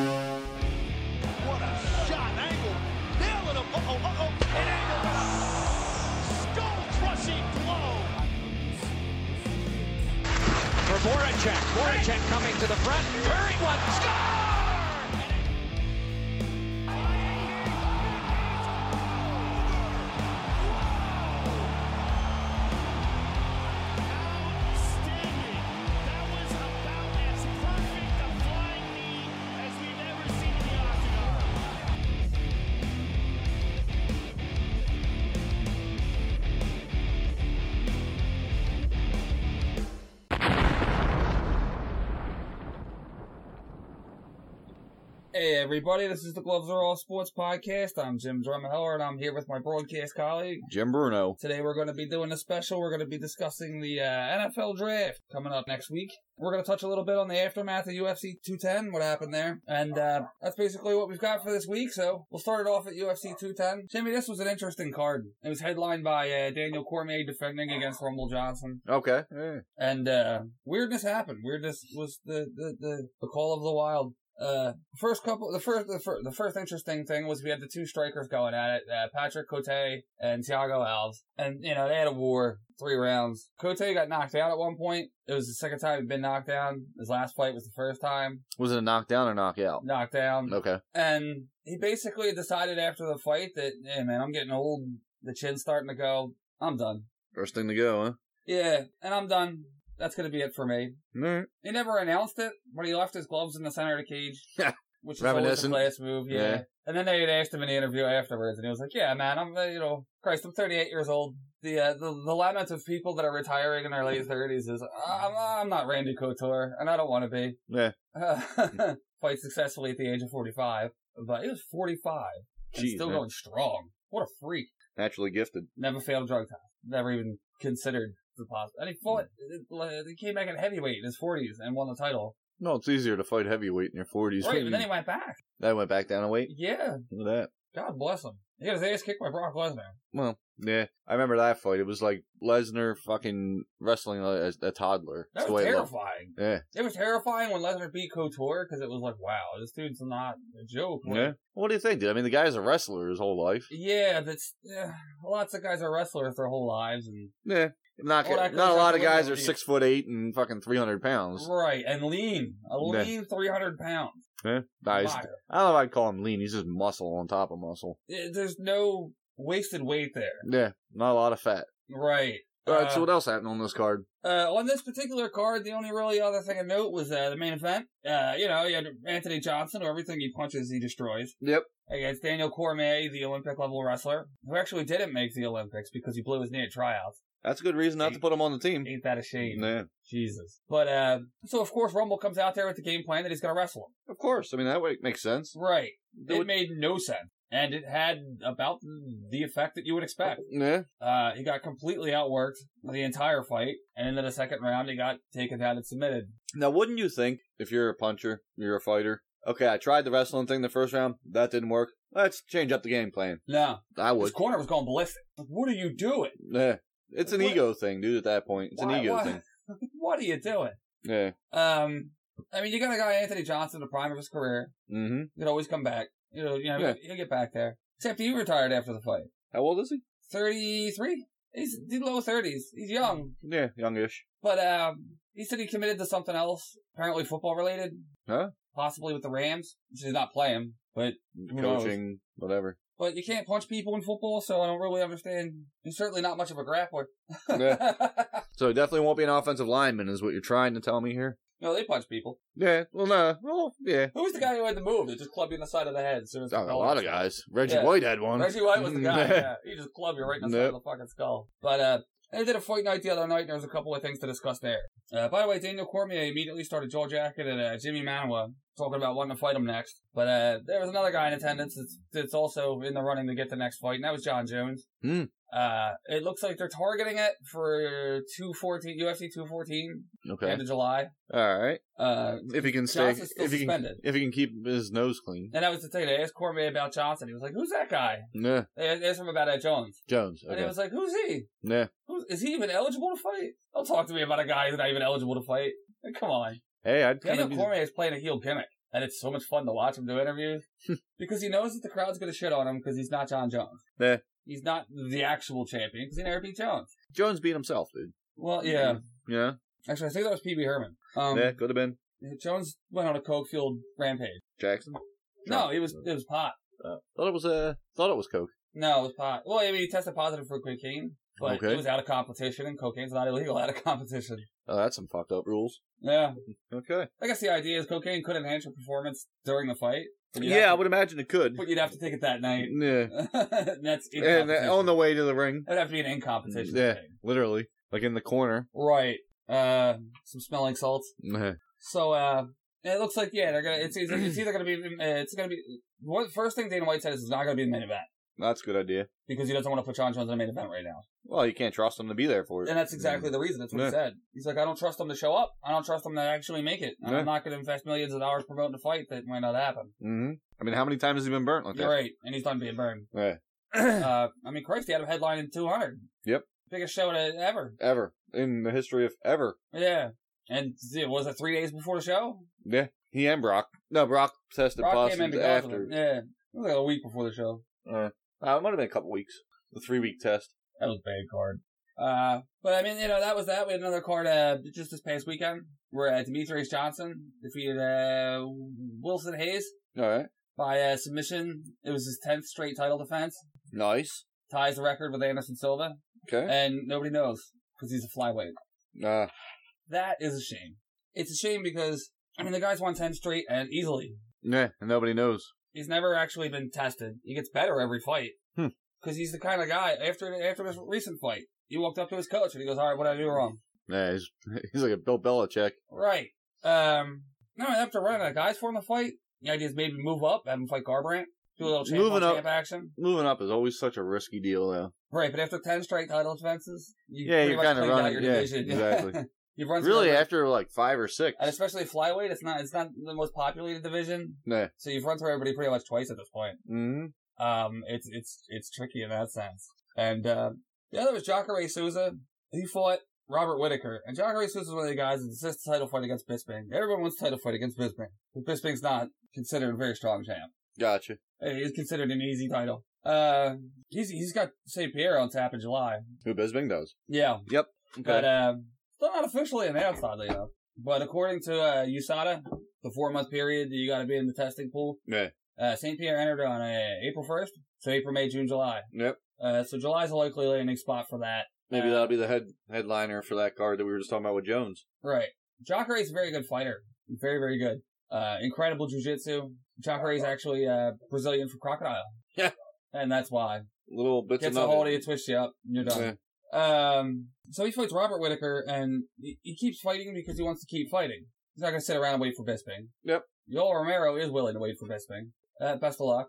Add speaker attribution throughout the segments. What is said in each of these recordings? Speaker 1: What a shot. Angle nailing him. Uh-oh, uh-oh. And Angle with a skull-crushing blow. For Voracek. Voracek coming to the front. Hurry one. Score!
Speaker 2: Outstanding. That was about as perfect a flying knee as we've ever seen in the octagon.
Speaker 3: Hey everybody, this is the Gloves Are All Sports podcast. I'm Jim Drumheller and I'm here with my broadcast colleague.
Speaker 4: Jim Bruno.
Speaker 3: Today we're going to be doing a special. We're going to be discussing the uh, NFL draft coming up next week. We're going to touch a little bit on the aftermath of UFC 210, what happened there. And uh, that's basically what we've got for this week. So we'll start it off at UFC 210. Jimmy, this was an interesting card. It was headlined by uh, Daniel Cormier defending against Rumble Johnson.
Speaker 4: Okay. Yeah.
Speaker 3: And uh, weirdness happened. Weirdness was the, the, the, the call of the wild. Uh, first couple, the first, the first, the first interesting thing was we had the two strikers going at it, uh, Patrick Cote and Thiago Alves. And, you know, they had a war, three rounds. Cote got knocked out at one point. It was the second time he'd been knocked down. His last fight was the first time.
Speaker 4: Was it a knockdown or knockout?
Speaker 3: Knocked down.
Speaker 4: Okay.
Speaker 3: And he basically decided after the fight that, hey man, I'm getting old. The chin's starting to go. I'm done.
Speaker 4: First thing to go, huh?
Speaker 3: Yeah, and I'm done. That's gonna be it for me.
Speaker 4: All right.
Speaker 3: He never announced it, but he left his gloves in the center of the cage. Which is always a
Speaker 4: Reminiscent.
Speaker 3: class move, yeah.
Speaker 4: Yeah.
Speaker 3: And then they had asked him in the interview afterwards, and he was like, "Yeah, man, I'm, uh, you know, Christ, I'm 38 years old. The uh, the, the lament of people that are retiring in their late 30s is, I'm, I'm not Randy Couture, and I don't want to be."
Speaker 4: Yeah.
Speaker 3: Uh, fight successfully at the age of 45, but he was 45 and
Speaker 4: Jeez,
Speaker 3: still
Speaker 4: man.
Speaker 3: going strong. What a freak!
Speaker 4: Naturally gifted.
Speaker 3: Never failed a drug test. Never even considered the possible. And he fought.
Speaker 4: Mm.
Speaker 3: He came back at heavyweight in his 40s and won the title.
Speaker 4: No, it's easier to fight heavyweight in your 40s.
Speaker 3: Right, but then he went back.
Speaker 4: That went back down a weight.
Speaker 3: Yeah,
Speaker 4: Look at that.
Speaker 3: God bless him. He got his ass kicked by Brock Lesnar.
Speaker 4: Well, yeah. I remember that fight. It was like Lesnar fucking wrestling a, a toddler. That's
Speaker 3: That
Speaker 4: the
Speaker 3: was
Speaker 4: way it looked.
Speaker 3: terrifying.
Speaker 4: Yeah.
Speaker 3: It was terrifying when Lesnar beat Couture because it was like, wow, this dude's not a joke. Like,
Speaker 4: Yeah. What do you think, dude? I mean, the guy's a wrestler his whole life.
Speaker 3: Yeah, that's yeah, lots of guys are wrestlers their whole lives, and
Speaker 4: Yeah. Not,
Speaker 3: All that
Speaker 4: not a
Speaker 3: goes
Speaker 4: lot
Speaker 3: out
Speaker 4: of
Speaker 3: the
Speaker 4: guys
Speaker 3: window,
Speaker 4: are
Speaker 3: dude.
Speaker 4: six foot eight and fucking 300 pounds.
Speaker 3: right and lean, a
Speaker 4: Yeah.
Speaker 3: lean three hundred pounds.
Speaker 4: Yeah. Nah, he's-
Speaker 3: Liar.
Speaker 4: I don't know if I'd call him lean. He's just muscle on top of muscle.
Speaker 3: Eh, There's no wasted weight there,
Speaker 4: Yeah. Not a lot of fat.
Speaker 3: right?
Speaker 4: All right,
Speaker 3: Uh,
Speaker 4: so what else happened on this card?
Speaker 3: Uh, on this particular card, the only really other thing of note was uh, the main event. Uh, you know, you had Anthony Johnson, who everything he punches, he destroys,
Speaker 4: Yep.
Speaker 3: against Daniel Cormier, the Olympic level wrestler, who actually didn't make the Olympics because he blew his knee at tryouts.
Speaker 4: That's a good reason not to put him on the team.
Speaker 3: Ain't that a shame?
Speaker 4: Yeah.
Speaker 3: Jesus. But, uh, so of course Rumble comes out there with the game plan that he's gonna wrestle
Speaker 4: Of course. I mean, that way it makes sense.
Speaker 3: him. Right.
Speaker 4: It
Speaker 3: It
Speaker 4: would-
Speaker 3: made no sense. And it had about the effect that you would expect.
Speaker 4: Yeah.
Speaker 3: Uh, he got completely outworked the entire fight, and into the second round, he got taken down and submitted.
Speaker 4: Now, wouldn't you think if you're a puncher, you're a fighter? Okay, I tried the wrestling thing the first round. That didn't work. Let's change up the game plan.
Speaker 3: No,
Speaker 4: I
Speaker 3: His
Speaker 4: would.
Speaker 3: corner was going ballistic. Like, what are you doing?
Speaker 4: Yeah. It's an
Speaker 3: What?
Speaker 4: ego thing, dude, at that point. It's
Speaker 3: Why-
Speaker 4: an ego
Speaker 3: why-
Speaker 4: thing.
Speaker 3: What are you doing?
Speaker 4: Yeah.
Speaker 3: Um, I mean, you got a guy Anthony Johnson, the prime of his career.
Speaker 4: Mm-hmm.
Speaker 3: He could always come back. You know, you know,
Speaker 4: Yeah.
Speaker 3: he'll get back there. Except he retired after the fight.
Speaker 4: How old is he?
Speaker 3: Thirty-three. He's in low thirties. He's young,
Speaker 4: Yeah, youngish.
Speaker 3: but um, he said he committed to something else, apparently football related.
Speaker 4: Huh?
Speaker 3: Possibly with the Rams, which is not playing, but knows?
Speaker 4: Coaching, whatever.
Speaker 3: but you can't punch people in football, so I don't really understand. He's certainly not much of a grappler.
Speaker 4: Yeah. So he definitely won't be an offensive lineman, is what you're trying to tell me here.
Speaker 3: no, they punch people.
Speaker 4: Yeah. Well, no. Well, yeah.
Speaker 3: Who was the guy who had the move that just clubbed you in the side of the head? As soon as the
Speaker 4: Oh, a
Speaker 3: bell
Speaker 4: lot of
Speaker 3: went?
Speaker 4: guys. Reggie
Speaker 3: Yeah.
Speaker 4: White had one.
Speaker 3: Reggie White was the guy.
Speaker 4: Yeah.
Speaker 3: yeah. He just clubbed you right in the side of the fucking skull. But uh, they did a fight night the other night, and there was a couple of things to discuss there. Uh, by the way, Daniel Cormier immediately started jaw jacking at uh, Jimmy Manoa, talking about wanting to fight him next. But uh, there was another guy in attendance that's, that's also in the running to get the next fight, and that was John Jones.
Speaker 4: Hmm.
Speaker 3: Uh, it looks like they're targeting it for 214, UFC 214,
Speaker 4: Okay.
Speaker 3: end of July.
Speaker 4: All right.
Speaker 3: Uh,
Speaker 4: If he can stay,
Speaker 3: Johnson's still
Speaker 4: if he can,
Speaker 3: suspended.
Speaker 4: if he can keep his nose clean.
Speaker 3: and that was the thing. They asked Cormier about Johnson. He was like, who's that guy?
Speaker 4: Nah,
Speaker 3: They asked him about Ed Jones.
Speaker 4: Jones.
Speaker 3: And he
Speaker 4: Okay.
Speaker 3: was like, who's he?
Speaker 4: Nah.
Speaker 3: Who's, is he even eligible to fight? Don't talk to me about a guy who's not even eligible to fight. Like, Come on.
Speaker 4: Hey, I'd kind
Speaker 3: Daniel
Speaker 4: of.
Speaker 3: Cormier is playing a heel gimmick. And it's so much fun to watch him do interviews because he knows that the crowd's going to shit on him because he's not John Jones.
Speaker 4: Yeah.
Speaker 3: He's not the actual champion because he never beat Jones.
Speaker 4: Jones beat himself, dude.
Speaker 3: Well, yeah.
Speaker 4: Yeah.
Speaker 3: Actually, I think that was PB Herman. Um,
Speaker 4: yeah. Could have been
Speaker 3: Jones went on a coke fueled rampage.
Speaker 4: Jackson.
Speaker 3: No, it was it was pot.
Speaker 4: Uh, thought it was uh, thought it was Coke.
Speaker 3: No, it was pot. Well, I mean, he tested positive for cocaine, but
Speaker 4: Okay.
Speaker 3: it was out of competition, and cocaine's not illegal out of competition.
Speaker 4: Oh, that's some fucked up rules.
Speaker 3: Yeah,
Speaker 4: Okay.
Speaker 3: I guess the idea is cocaine could enhance your performance during the fight. but you'd
Speaker 4: Yeah, I
Speaker 3: have to-
Speaker 4: would imagine it could.
Speaker 3: but you'd have to take it that night.
Speaker 4: Yeah.
Speaker 3: And that's in
Speaker 4: And uh, on
Speaker 3: competition.
Speaker 4: the way to the ring,
Speaker 3: It'd have to be an in competition.
Speaker 4: Yeah.
Speaker 3: thing.
Speaker 4: literally, like in the corner.
Speaker 3: Right. Uh, some smelling salts.
Speaker 4: Nah.
Speaker 3: So uh, it looks like yeah, they're gonna. It's either, it's either gonna be uh, it's gonna be. One, first thing Dana White says is it's not gonna be the main event
Speaker 4: That's a good idea.
Speaker 3: because he doesn't want to put John Jones in the main event right now.
Speaker 4: Well, you can't trust him to be there for it.
Speaker 3: And that's exactly the reason. That's what
Speaker 4: Yeah.
Speaker 3: he said. He's like, I don't trust them to show up. I don't trust them to actually make it. And
Speaker 4: Yeah.
Speaker 3: I'm not going to invest millions of dollars promoting a fight that might not happen.
Speaker 4: hmm I mean, how many times has he been burnt like that?
Speaker 3: You're right. And he's done being burned.
Speaker 4: Right.
Speaker 3: Uh, I mean, Christ, he had a headline in 200.
Speaker 4: Yep.
Speaker 3: Biggest show to, ever.
Speaker 4: ever in the history of ever.
Speaker 3: Yeah. And it was it three days before the show?
Speaker 4: Yeah, he and Brock. No, Brock tested
Speaker 3: Brock came in
Speaker 4: positive
Speaker 3: because of it.
Speaker 4: after.
Speaker 3: Yeah. It was like a week before the show.
Speaker 4: Uh, it might have been a couple weeks. The three week test.
Speaker 3: That was a bad card. Uh, but I mean, you know, that was that. We had another card, uh, just this past weekend where, uh, Demetrius Johnson defeated, uh, Wilson Hayes.
Speaker 4: All right,
Speaker 3: by uh, submission. It was his tenth straight title defense.
Speaker 4: nice.
Speaker 3: Ties the record with Anderson Silva,
Speaker 4: Okay.
Speaker 3: and nobody knows because he's a flyweight.
Speaker 4: Uh,
Speaker 3: That is a shame. It's a shame because I mean the guy's won ten straight and easily.
Speaker 4: yeah, nobody knows.
Speaker 3: He's never actually been tested. He gets better every fight
Speaker 4: Hmm.
Speaker 3: because he's the kind of guy. After after this recent fight, he walked up to his coach and he goes, "All right, what did I do wrong?"
Speaker 4: Yeah, he's he's like a Bill Belichick.
Speaker 3: Right. Um. No, after running out of guys for him to fight, the idea is maybe move up, have him fight Garbrandt, do a little champ
Speaker 4: Moving
Speaker 3: on
Speaker 4: up.
Speaker 3: champ action.
Speaker 4: Moving up is always such a risky deal, though.
Speaker 3: Right, but after ten straight title defenses, you
Speaker 4: Yeah,
Speaker 3: pretty
Speaker 4: you're
Speaker 3: much
Speaker 4: kinda
Speaker 3: cleaned out
Speaker 4: running-
Speaker 3: your
Speaker 4: yeah,
Speaker 3: division.
Speaker 4: exactly.
Speaker 3: You've run through
Speaker 4: Really,
Speaker 3: every-
Speaker 4: after like five or six.
Speaker 3: and especially flyweight, it's not it's not the most populated division,
Speaker 4: Yeah.
Speaker 3: so you've run through everybody pretty much twice at this point.
Speaker 4: hmm
Speaker 3: Um, it's it's it's tricky in that sense. And uh, the other was Jacare Souza. He fought Robert Whitaker, and Jacare Souza is one of the guys that assists the title fight against Bisping. Everyone wants a title fight against Bisping, but Bisping's not considered a very strong champ.
Speaker 4: Gotcha.
Speaker 3: Uh, He's considered an easy title. Uh, he's he's got St. Pierre on tap in July.
Speaker 4: Who Bisbing does.
Speaker 3: Yeah.
Speaker 4: Okay.
Speaker 3: But uh, still not officially announced, oddly enough. But according to uh, USADA, the four month period that you got to be in the testing pool.
Speaker 4: Yeah.
Speaker 3: Uh, St. Pierre entered on uh, April 1st, so April, May, June, July.
Speaker 4: yep.
Speaker 3: Uh, so July's a likely landing spot for that.
Speaker 4: Maybe
Speaker 3: Uh,
Speaker 4: that'll be the head headliner for that card that we were just talking about with Jones.
Speaker 3: Right. Jacare's a very good fighter. Very, very good. Uh, incredible jujitsu. Jacare's actually uh, Brazilian for crocodile.
Speaker 4: Yeah.
Speaker 3: And that's why.
Speaker 4: Little bits
Speaker 3: Gets
Speaker 4: and
Speaker 3: a
Speaker 4: nuggets.
Speaker 3: hold of you, twists you up, and you're done.
Speaker 4: Yeah.
Speaker 3: Um, so he fights Robert Whitaker, and he, he keeps fighting because he wants to keep fighting. He's not going to sit around and wait for Bisping.
Speaker 4: Yep.
Speaker 3: Yoel Romero is willing to wait for Bisping. Uh, best of luck.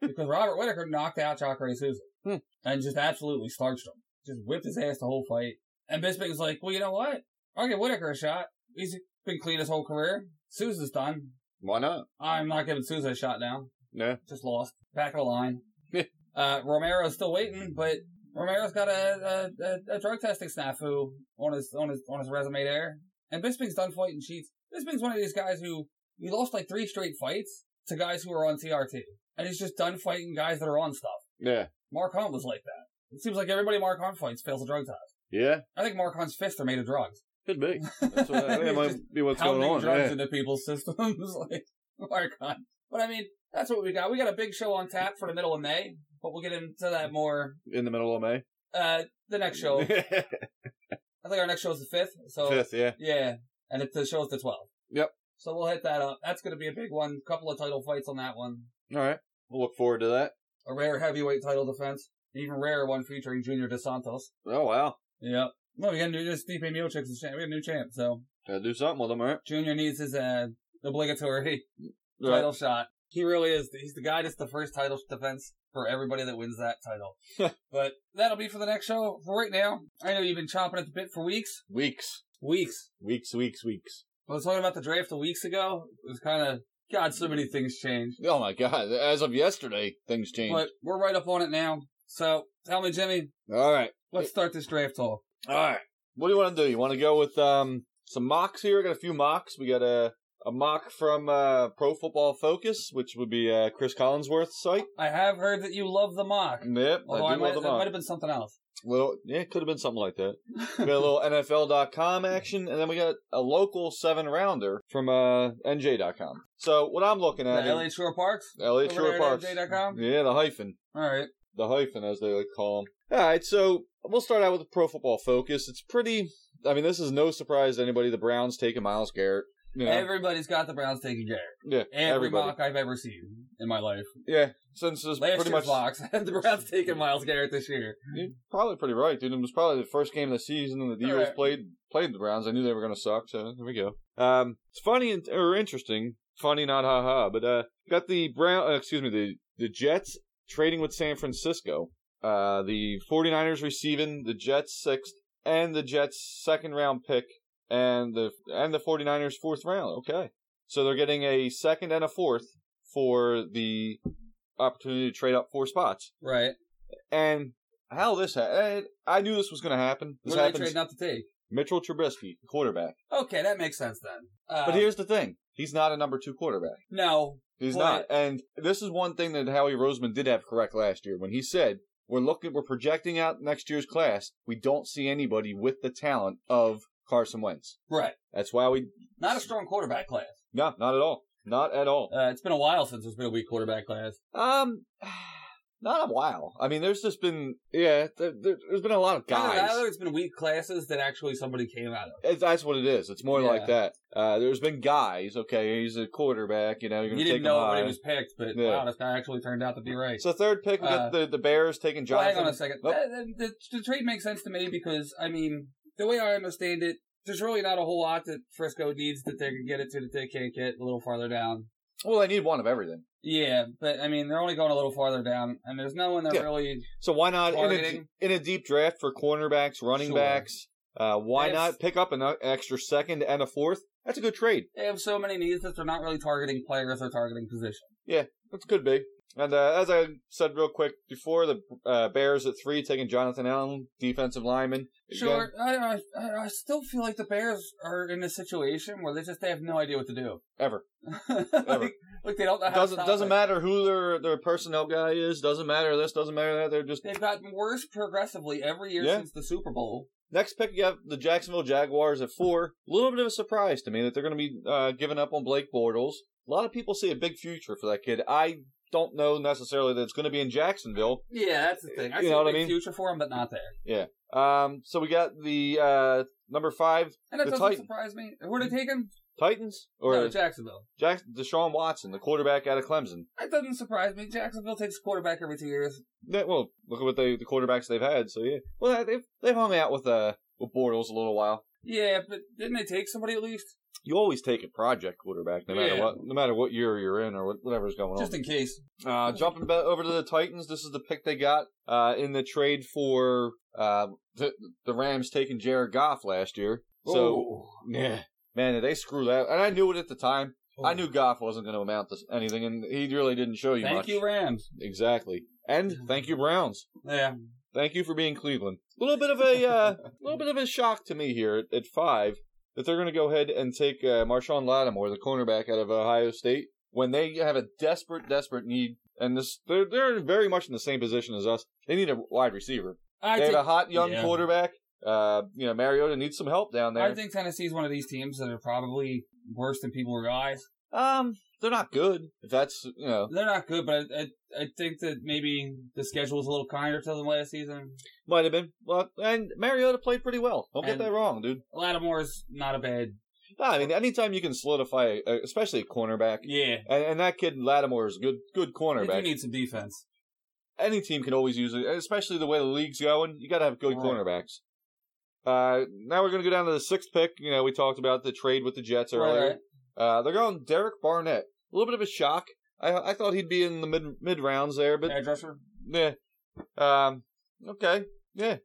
Speaker 3: because Robert Whitaker knocked out Chakra Souza
Speaker 4: Hmm.
Speaker 3: and just absolutely starched him. Just whipped his ass the whole fight. And Bisping's like, well, you know what? I'll give Whitaker a shot. He's been clean his whole career. Souza's done.
Speaker 4: Why not?
Speaker 3: I'm not giving Souza a shot now
Speaker 4: Yeah.
Speaker 3: just lost. Back of the line.
Speaker 4: Yeah.
Speaker 3: uh, Romero's still waiting, but Romero's got a, a, a, a drug testing snafu on his on his on his resume there. And Bisping's done fighting cheats. Bisping's one of these guys who he lost like three straight fights to guys who are on TRT, and he's just done fighting guys that are on stuff.
Speaker 4: Yeah.
Speaker 3: Mark Hunt was like that. It seems like everybody Mark Hunt fights fails a drug test.
Speaker 4: Yeah.
Speaker 3: I think Mark Hunt's fists are made of drugs.
Speaker 4: Could be. That's what, I think it
Speaker 3: He's
Speaker 4: might
Speaker 3: just
Speaker 4: be what's
Speaker 3: pounding
Speaker 4: going on.
Speaker 3: drugs
Speaker 4: yeah.
Speaker 3: into people's systems. like, Mark Hunt. But I mean, that's what we got. We got a big show on tap for the middle of May, but we'll get into that more
Speaker 4: in the middle of May.
Speaker 3: uh the next show. I think our next show is the fifth. So
Speaker 4: Fifth, yeah.
Speaker 3: yeah, and it, the show's the twelfth.
Speaker 4: Yep.
Speaker 3: So we'll hit that up. That's going to be a big one. Couple of title fights on that one.
Speaker 4: All right. We'll look forward to that.
Speaker 3: A rare heavyweight title defense. An even rarer one featuring Junior DeSantos.
Speaker 4: Oh, wow.
Speaker 3: Yep. Well, we got a new this Stipe Miocic is champ. We got a new champ. So
Speaker 4: Gotta do something with them, all right?
Speaker 3: Junior needs his uh obligatory
Speaker 4: All right.
Speaker 3: title shot. He really is. He's the guy that's the first title defense for everybody that wins that title. but that'll be for the next show. For right now, I know you've been chomping at the bit for weeks.
Speaker 4: Weeks,
Speaker 3: Weeks.
Speaker 4: weeks, weeks, weeks.
Speaker 3: I was talking about the draft a weeks ago. It was kind of God. So many things changed,
Speaker 4: Oh my god! As of yesterday, things changed.
Speaker 3: but we're right up on it now. So tell me, Jimmy,
Speaker 4: All right,
Speaker 3: let's start this draft haul.
Speaker 4: all right. What do you want to do? You want to go with um some mocks here? I got a few mocks. We got a a mock from uh, Pro Football Focus, which would be uh, Chris Collinsworth's site.
Speaker 3: I have heard that you love the mock.
Speaker 4: Yep,
Speaker 3: Although
Speaker 4: I
Speaker 3: Oh, I
Speaker 4: do
Speaker 3: might,
Speaker 4: love the
Speaker 3: that might
Speaker 4: mock.
Speaker 3: have been something else.
Speaker 4: Little, yeah, it could have been something like that. We got a little NFL.com action, and then we got a local seven rounder from uh, NJ.com. So what I'm looking
Speaker 3: The
Speaker 4: at, here-
Speaker 3: LA Shore Parks.
Speaker 4: LA
Speaker 3: Over
Speaker 4: Shore
Speaker 3: there at
Speaker 4: Parks,
Speaker 3: NJ.com?
Speaker 4: yeah, the hyphen,
Speaker 3: All right.
Speaker 4: the hyphen as they like call them. All right, so we'll start out with the Pro Football Focus. It's pretty. I mean, this is no surprise to anybody. The Browns taking Miles Garrett. You know,
Speaker 3: Everybody's got the Browns taken care. of.
Speaker 4: yeah,
Speaker 3: Every
Speaker 4: everybody.
Speaker 3: mock I've ever seen in my life.
Speaker 4: Yeah, since it's
Speaker 3: Last
Speaker 4: pretty
Speaker 3: year's
Speaker 4: much
Speaker 3: mocks, the Browns taking Miles Garrett this year.
Speaker 4: You're probably pretty right, dude. It was probably the first game of the season, and the
Speaker 3: All
Speaker 4: Eagles
Speaker 3: right.
Speaker 4: played played the Browns. I knew they were going to suck, so there we go. Um, it's funny and or interesting. Funny, not ha ha. But uh, got the Brown. Uh, excuse me, the the Jets trading with San Francisco. Uh, the 49ers receiving the Jets sixth and the Jets second round pick and the and the 49ers fourth round. Okay, so they're getting a second and a fourth for the opportunity to trade up four spots.
Speaker 3: Right.
Speaker 4: And how this happened, I knew this was going to happen.
Speaker 3: What
Speaker 4: This
Speaker 3: are they
Speaker 4: happens.
Speaker 3: trading up to take?
Speaker 4: Mitchell Trubisky, quarterback.
Speaker 3: Okay, that makes sense then. Uh,
Speaker 4: but here's the thing: he's not a number two quarterback.
Speaker 3: no.
Speaker 4: He's
Speaker 3: Well,
Speaker 4: not. And this is one thing that Howie Roseman did have correct last year when he said, "We're looking, we're projecting out next year's class. We don't see anybody with the talent of Carson Wentz.
Speaker 3: Right.
Speaker 4: That's why we
Speaker 3: Not a strong quarterback class.
Speaker 4: no, not at all, not at all.
Speaker 3: Uh, it's been a while since there's been a weak quarterback class.
Speaker 4: Um." Not a while. I mean, there's just been yeah. There, there, there's been a lot of guys.
Speaker 3: Either that or it's been weak classes that actually somebody came out of.
Speaker 4: It, that's what it is. It's more
Speaker 3: Yeah.
Speaker 4: like that. Uh, there's been guys. Okay, he's a quarterback. You know,
Speaker 3: You
Speaker 4: you're gonna take
Speaker 3: didn't
Speaker 4: him
Speaker 3: know it when
Speaker 4: high.
Speaker 3: he was picked, but
Speaker 4: Yeah.
Speaker 3: wow, this guy actually turned out to be right.
Speaker 4: So third pick, we got
Speaker 3: Uh,
Speaker 4: the, the Bears taking
Speaker 3: Well,
Speaker 4: Jonathan. oh.
Speaker 3: hang on a second.
Speaker 4: Nope.
Speaker 3: Uh, The, the, the trade makes sense to me because, I mean, the way I understand it, there's really not a whole lot that Frisco needs that they can get it to that they can't get a little farther down.
Speaker 4: Well, I need one of everything.
Speaker 3: Yeah, but I mean, they're only going a little farther down, and there's no one that
Speaker 4: Yeah.
Speaker 3: really.
Speaker 4: So why not in a,
Speaker 3: Targeting.
Speaker 4: in a deep draft for cornerbacks, running
Speaker 3: Sure.
Speaker 4: backs? Uh, why
Speaker 3: Yes.
Speaker 4: not pick up an uh, extra second and a fourth? That's a good trade.
Speaker 3: They have so many needs that they're not really targeting players; they're targeting position.
Speaker 4: It could be. And uh, as I said real quick before, the uh, Bears at three taking Jonathan Allen, defensive lineman.
Speaker 3: Sure, I, I I still feel like the Bears are in a situation where they just they have no idea what to do.
Speaker 4: Ever.
Speaker 3: like, like they don't know how
Speaker 4: doesn't
Speaker 3: to stop
Speaker 4: doesn't
Speaker 3: it.
Speaker 4: matter who their their personnel guy is. Doesn't matter this. Doesn't matter that. They're just
Speaker 3: They've gotten worse progressively every year
Speaker 4: Yeah.
Speaker 3: since the Super Bowl.
Speaker 4: next pick. You have the Jacksonville Jaguars at four. A little bit of a surprise to me that they're going to be uh, giving up on Blake Bortles. A lot of people see a big future for that kid. I don't know necessarily that it's going to be in Jacksonville.
Speaker 3: Yeah, that's the thing. I
Speaker 4: You
Speaker 3: see
Speaker 4: know
Speaker 3: a
Speaker 4: what I
Speaker 3: big
Speaker 4: mean?
Speaker 3: future for them, but not there.
Speaker 4: Um, so we got the uh, number five
Speaker 3: And that
Speaker 4: The
Speaker 3: doesn't
Speaker 4: Titan-
Speaker 3: surprise me. Who are they taking?
Speaker 4: Titans or
Speaker 3: No, Jacksonville.
Speaker 4: Jack Deshaun Watson, the quarterback out of Clemson.
Speaker 3: That doesn't surprise me. Jacksonville takes a quarterback every two years.
Speaker 4: That, well, look at what they the quarterbacks they've had. So yeah, well they've they've hung out with uh with Bortles a little while.
Speaker 3: Yeah, but didn't they take somebody at least?
Speaker 4: you always take a project quarterback, no matter
Speaker 3: Yeah.
Speaker 4: what, no matter what year you're in or what, whatever's going
Speaker 3: Just in case.
Speaker 4: on. Uh, jumping ba- over to the Titans, this is the pick they got uh, in the trade for uh, the, the Rams taking Jared Goff last year. So yeah, man, did they screw that? And I knew it at the time. I knew Goff wasn't going to amount to anything, and he really didn't show you
Speaker 3: Thank
Speaker 4: much.
Speaker 3: you, Rams.
Speaker 4: Exactly. And thank you, Browns.
Speaker 3: Yeah.
Speaker 4: Thank you for being Cleveland. A little bit of a uh, little bit of a shock to me here at, at five that they're going to go ahead and take uh, Marshawn Lattimore, the cornerback out of Ohio State, when they have a desperate, desperate need. And this, they're they're very much in the same position as us. They need a wide receiver.
Speaker 3: I
Speaker 4: they
Speaker 3: think,
Speaker 4: have a hot young
Speaker 3: yeah.
Speaker 4: quarterback. Uh, you know, Mariota needs some help down there.
Speaker 3: I think Tennessee's one of these teams that are probably worse than people realize.
Speaker 4: um, they're not good. If that's you know,
Speaker 3: They're not good, but I, I, I think that maybe the schedule's a little kinder to them last season.
Speaker 4: might have been. Well, and Mariota played pretty well. Don't get
Speaker 3: And-
Speaker 4: that wrong, dude.
Speaker 3: Lattimore's not a bad.
Speaker 4: No, I mean, anytime you can solidify, a, especially a cornerback,
Speaker 3: Yeah.
Speaker 4: And, and that kid Lattimore is a good, good
Speaker 3: They do
Speaker 4: cornerback.
Speaker 3: need some defense.
Speaker 4: Any team can always use it, especially the way the league's going. You got to have good
Speaker 3: Right.
Speaker 4: cornerbacks. Uh, now we're going to go down to the sixth pick. You know, we talked about the trade with the Jets
Speaker 3: Right,
Speaker 4: earlier.
Speaker 3: right.
Speaker 4: Uh, they're going Derek Barnett. A little bit of a shock. I I thought he'd be in the mid mid rounds there, but
Speaker 3: Hairdresser.
Speaker 4: yeah. Um. Okay. Yeah.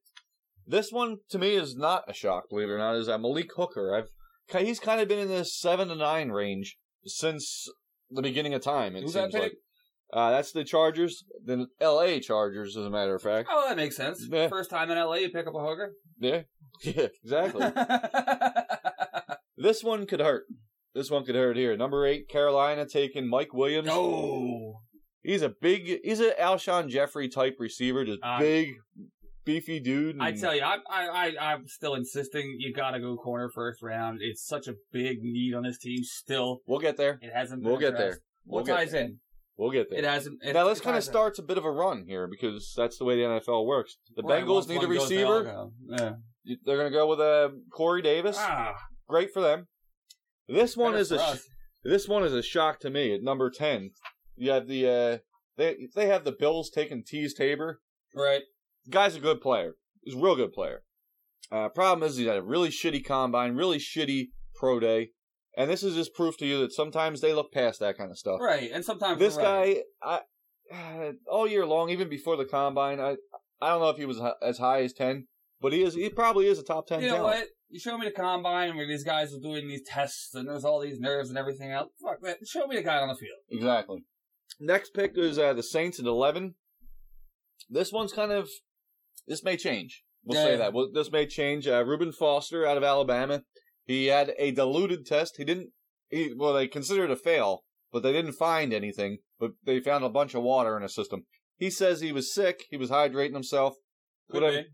Speaker 4: This one to me is not a shock, believe it or not. Is uh, Malik Hooker? I've ki- he's kind of been in this seven to nine range since the beginning of time. It
Speaker 3: Who's that
Speaker 4: seems
Speaker 3: pick?
Speaker 4: like. Uh, that's the Chargers, the L.A. Chargers, as a matter of fact.
Speaker 3: Oh, that makes sense.
Speaker 4: Yeah.
Speaker 3: First time in LA, you pick up a hooker.
Speaker 4: Yeah, yeah, exactly. this one could hurt. This one could hurt here. Number eight, Carolina taking Mike Williams.
Speaker 3: no.
Speaker 4: He's a big, he's an Alshon Jeffrey type receiver, just
Speaker 3: Uh,
Speaker 4: big, beefy dude.
Speaker 3: I
Speaker 4: and-
Speaker 3: tell you, I, I, I, I'm still insisting you gotta go corner first round. It's such a big need on this team. Still,
Speaker 4: we'll get there.
Speaker 3: it hasn't. Been
Speaker 4: We'll get
Speaker 3: addressed.
Speaker 4: there. We'll
Speaker 3: what
Speaker 4: get
Speaker 3: ties
Speaker 4: there.
Speaker 3: in?
Speaker 4: We'll get
Speaker 3: It
Speaker 4: there.
Speaker 3: hasn't. It,
Speaker 4: now this
Speaker 3: it
Speaker 4: kind of
Speaker 3: ties in.
Speaker 4: starts a bit of a run here because that's the way the NFL works. The
Speaker 3: Right,
Speaker 4: Bengals
Speaker 3: once
Speaker 4: need
Speaker 3: one
Speaker 4: a
Speaker 3: goes, they all
Speaker 4: receiver.
Speaker 3: go. Yeah.
Speaker 4: They're going to go with uh, Corey Davis.
Speaker 3: Ah,
Speaker 4: Great for them. This one
Speaker 3: better
Speaker 4: is
Speaker 3: for
Speaker 4: a sh-
Speaker 3: us.
Speaker 4: this one is a shock to me. At number ten, you have the uh, they they have the Bills taking Tease Tabor.
Speaker 3: right.
Speaker 4: The guy's a good player. He's a real good player. Uh, problem is, he's had a really shitty combine, really shitty pro day. And this is just proof to you that sometimes they look past that kind of stuff.
Speaker 3: Right, and sometimes
Speaker 4: This
Speaker 3: you're right.
Speaker 4: guy, I, all year long, even before the combine, I, I don't know if he was hi- as high as 10, but he is. He probably is a top 10
Speaker 3: You know
Speaker 4: talent.
Speaker 3: what? You show me the combine where these guys are doing these tests and there's all these nerves and everything else. Fuck that. Show me the guy on the field.
Speaker 4: Exactly. Next pick is uh, the Saints at 11. This one's kind of, this may change. We'll
Speaker 3: Yeah.
Speaker 4: say that. Well, this may change. Uh, Reuben Foster out of Alabama. He had a diluted test. He didn't, he, well, they considered it a fail, but they didn't find anything, but they found a bunch of water in his system. He says he was sick. He was hydrating himself. Could Whatever.
Speaker 3: be.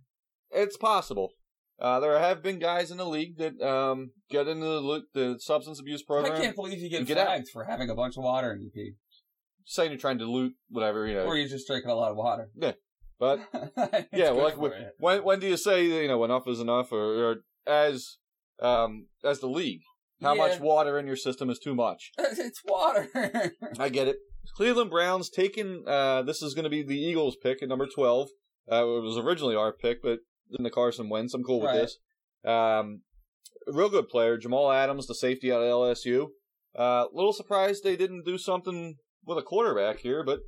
Speaker 4: It's possible. Uh, there have been guys in the league that um, get into the, lu- the substance abuse
Speaker 3: I
Speaker 4: program,
Speaker 3: can't believe you get,
Speaker 4: You get out.
Speaker 3: flagged for having a bunch of water in your pee.
Speaker 4: saying you're trying to dilute whatever, you know.
Speaker 3: Or you're just drinking a lot of water.
Speaker 4: but
Speaker 3: It's
Speaker 4: yeah,
Speaker 3: good
Speaker 4: well, like
Speaker 3: for
Speaker 4: when,
Speaker 3: you.
Speaker 4: when when do you say you know enough is enough, or, or as um as the league, how
Speaker 3: Yeah.
Speaker 4: much water in your system is too much?
Speaker 3: it's water.
Speaker 4: I get it. Cleveland Browns taking uh, this is going to be the Eagles pick at number twelve. Uh, it was originally our pick, but then the Carson Wentz. I'm cool
Speaker 3: Right.
Speaker 4: with this. Um, real good player, Jamal Adams, the safety out of LSU. Uh, little surprised they didn't do something with a quarterback here, but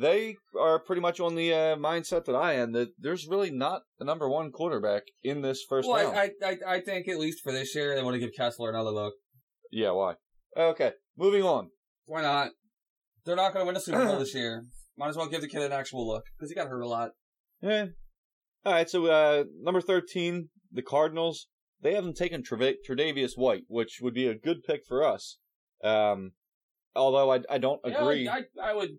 Speaker 4: they are pretty much on the uh, mindset that I am that there's really not a number one quarterback in this first
Speaker 3: well,
Speaker 4: round.
Speaker 3: I, I, I, I think at least for this year they want to give Kessler another look.
Speaker 4: yeah, why? Okay, moving on.
Speaker 3: Why not? They're not going to win the Super Bowl this year. Might as well give the kid an actual look because he got hurt a lot.
Speaker 4: Yeah. Eh. All right. So uh, number thirteen, the Cardinals. They haven't taken Trava- Tre'Davious White, which would be a good pick for us. Um, although I, I don't
Speaker 3: Yeah,
Speaker 4: agree.
Speaker 3: I, I would.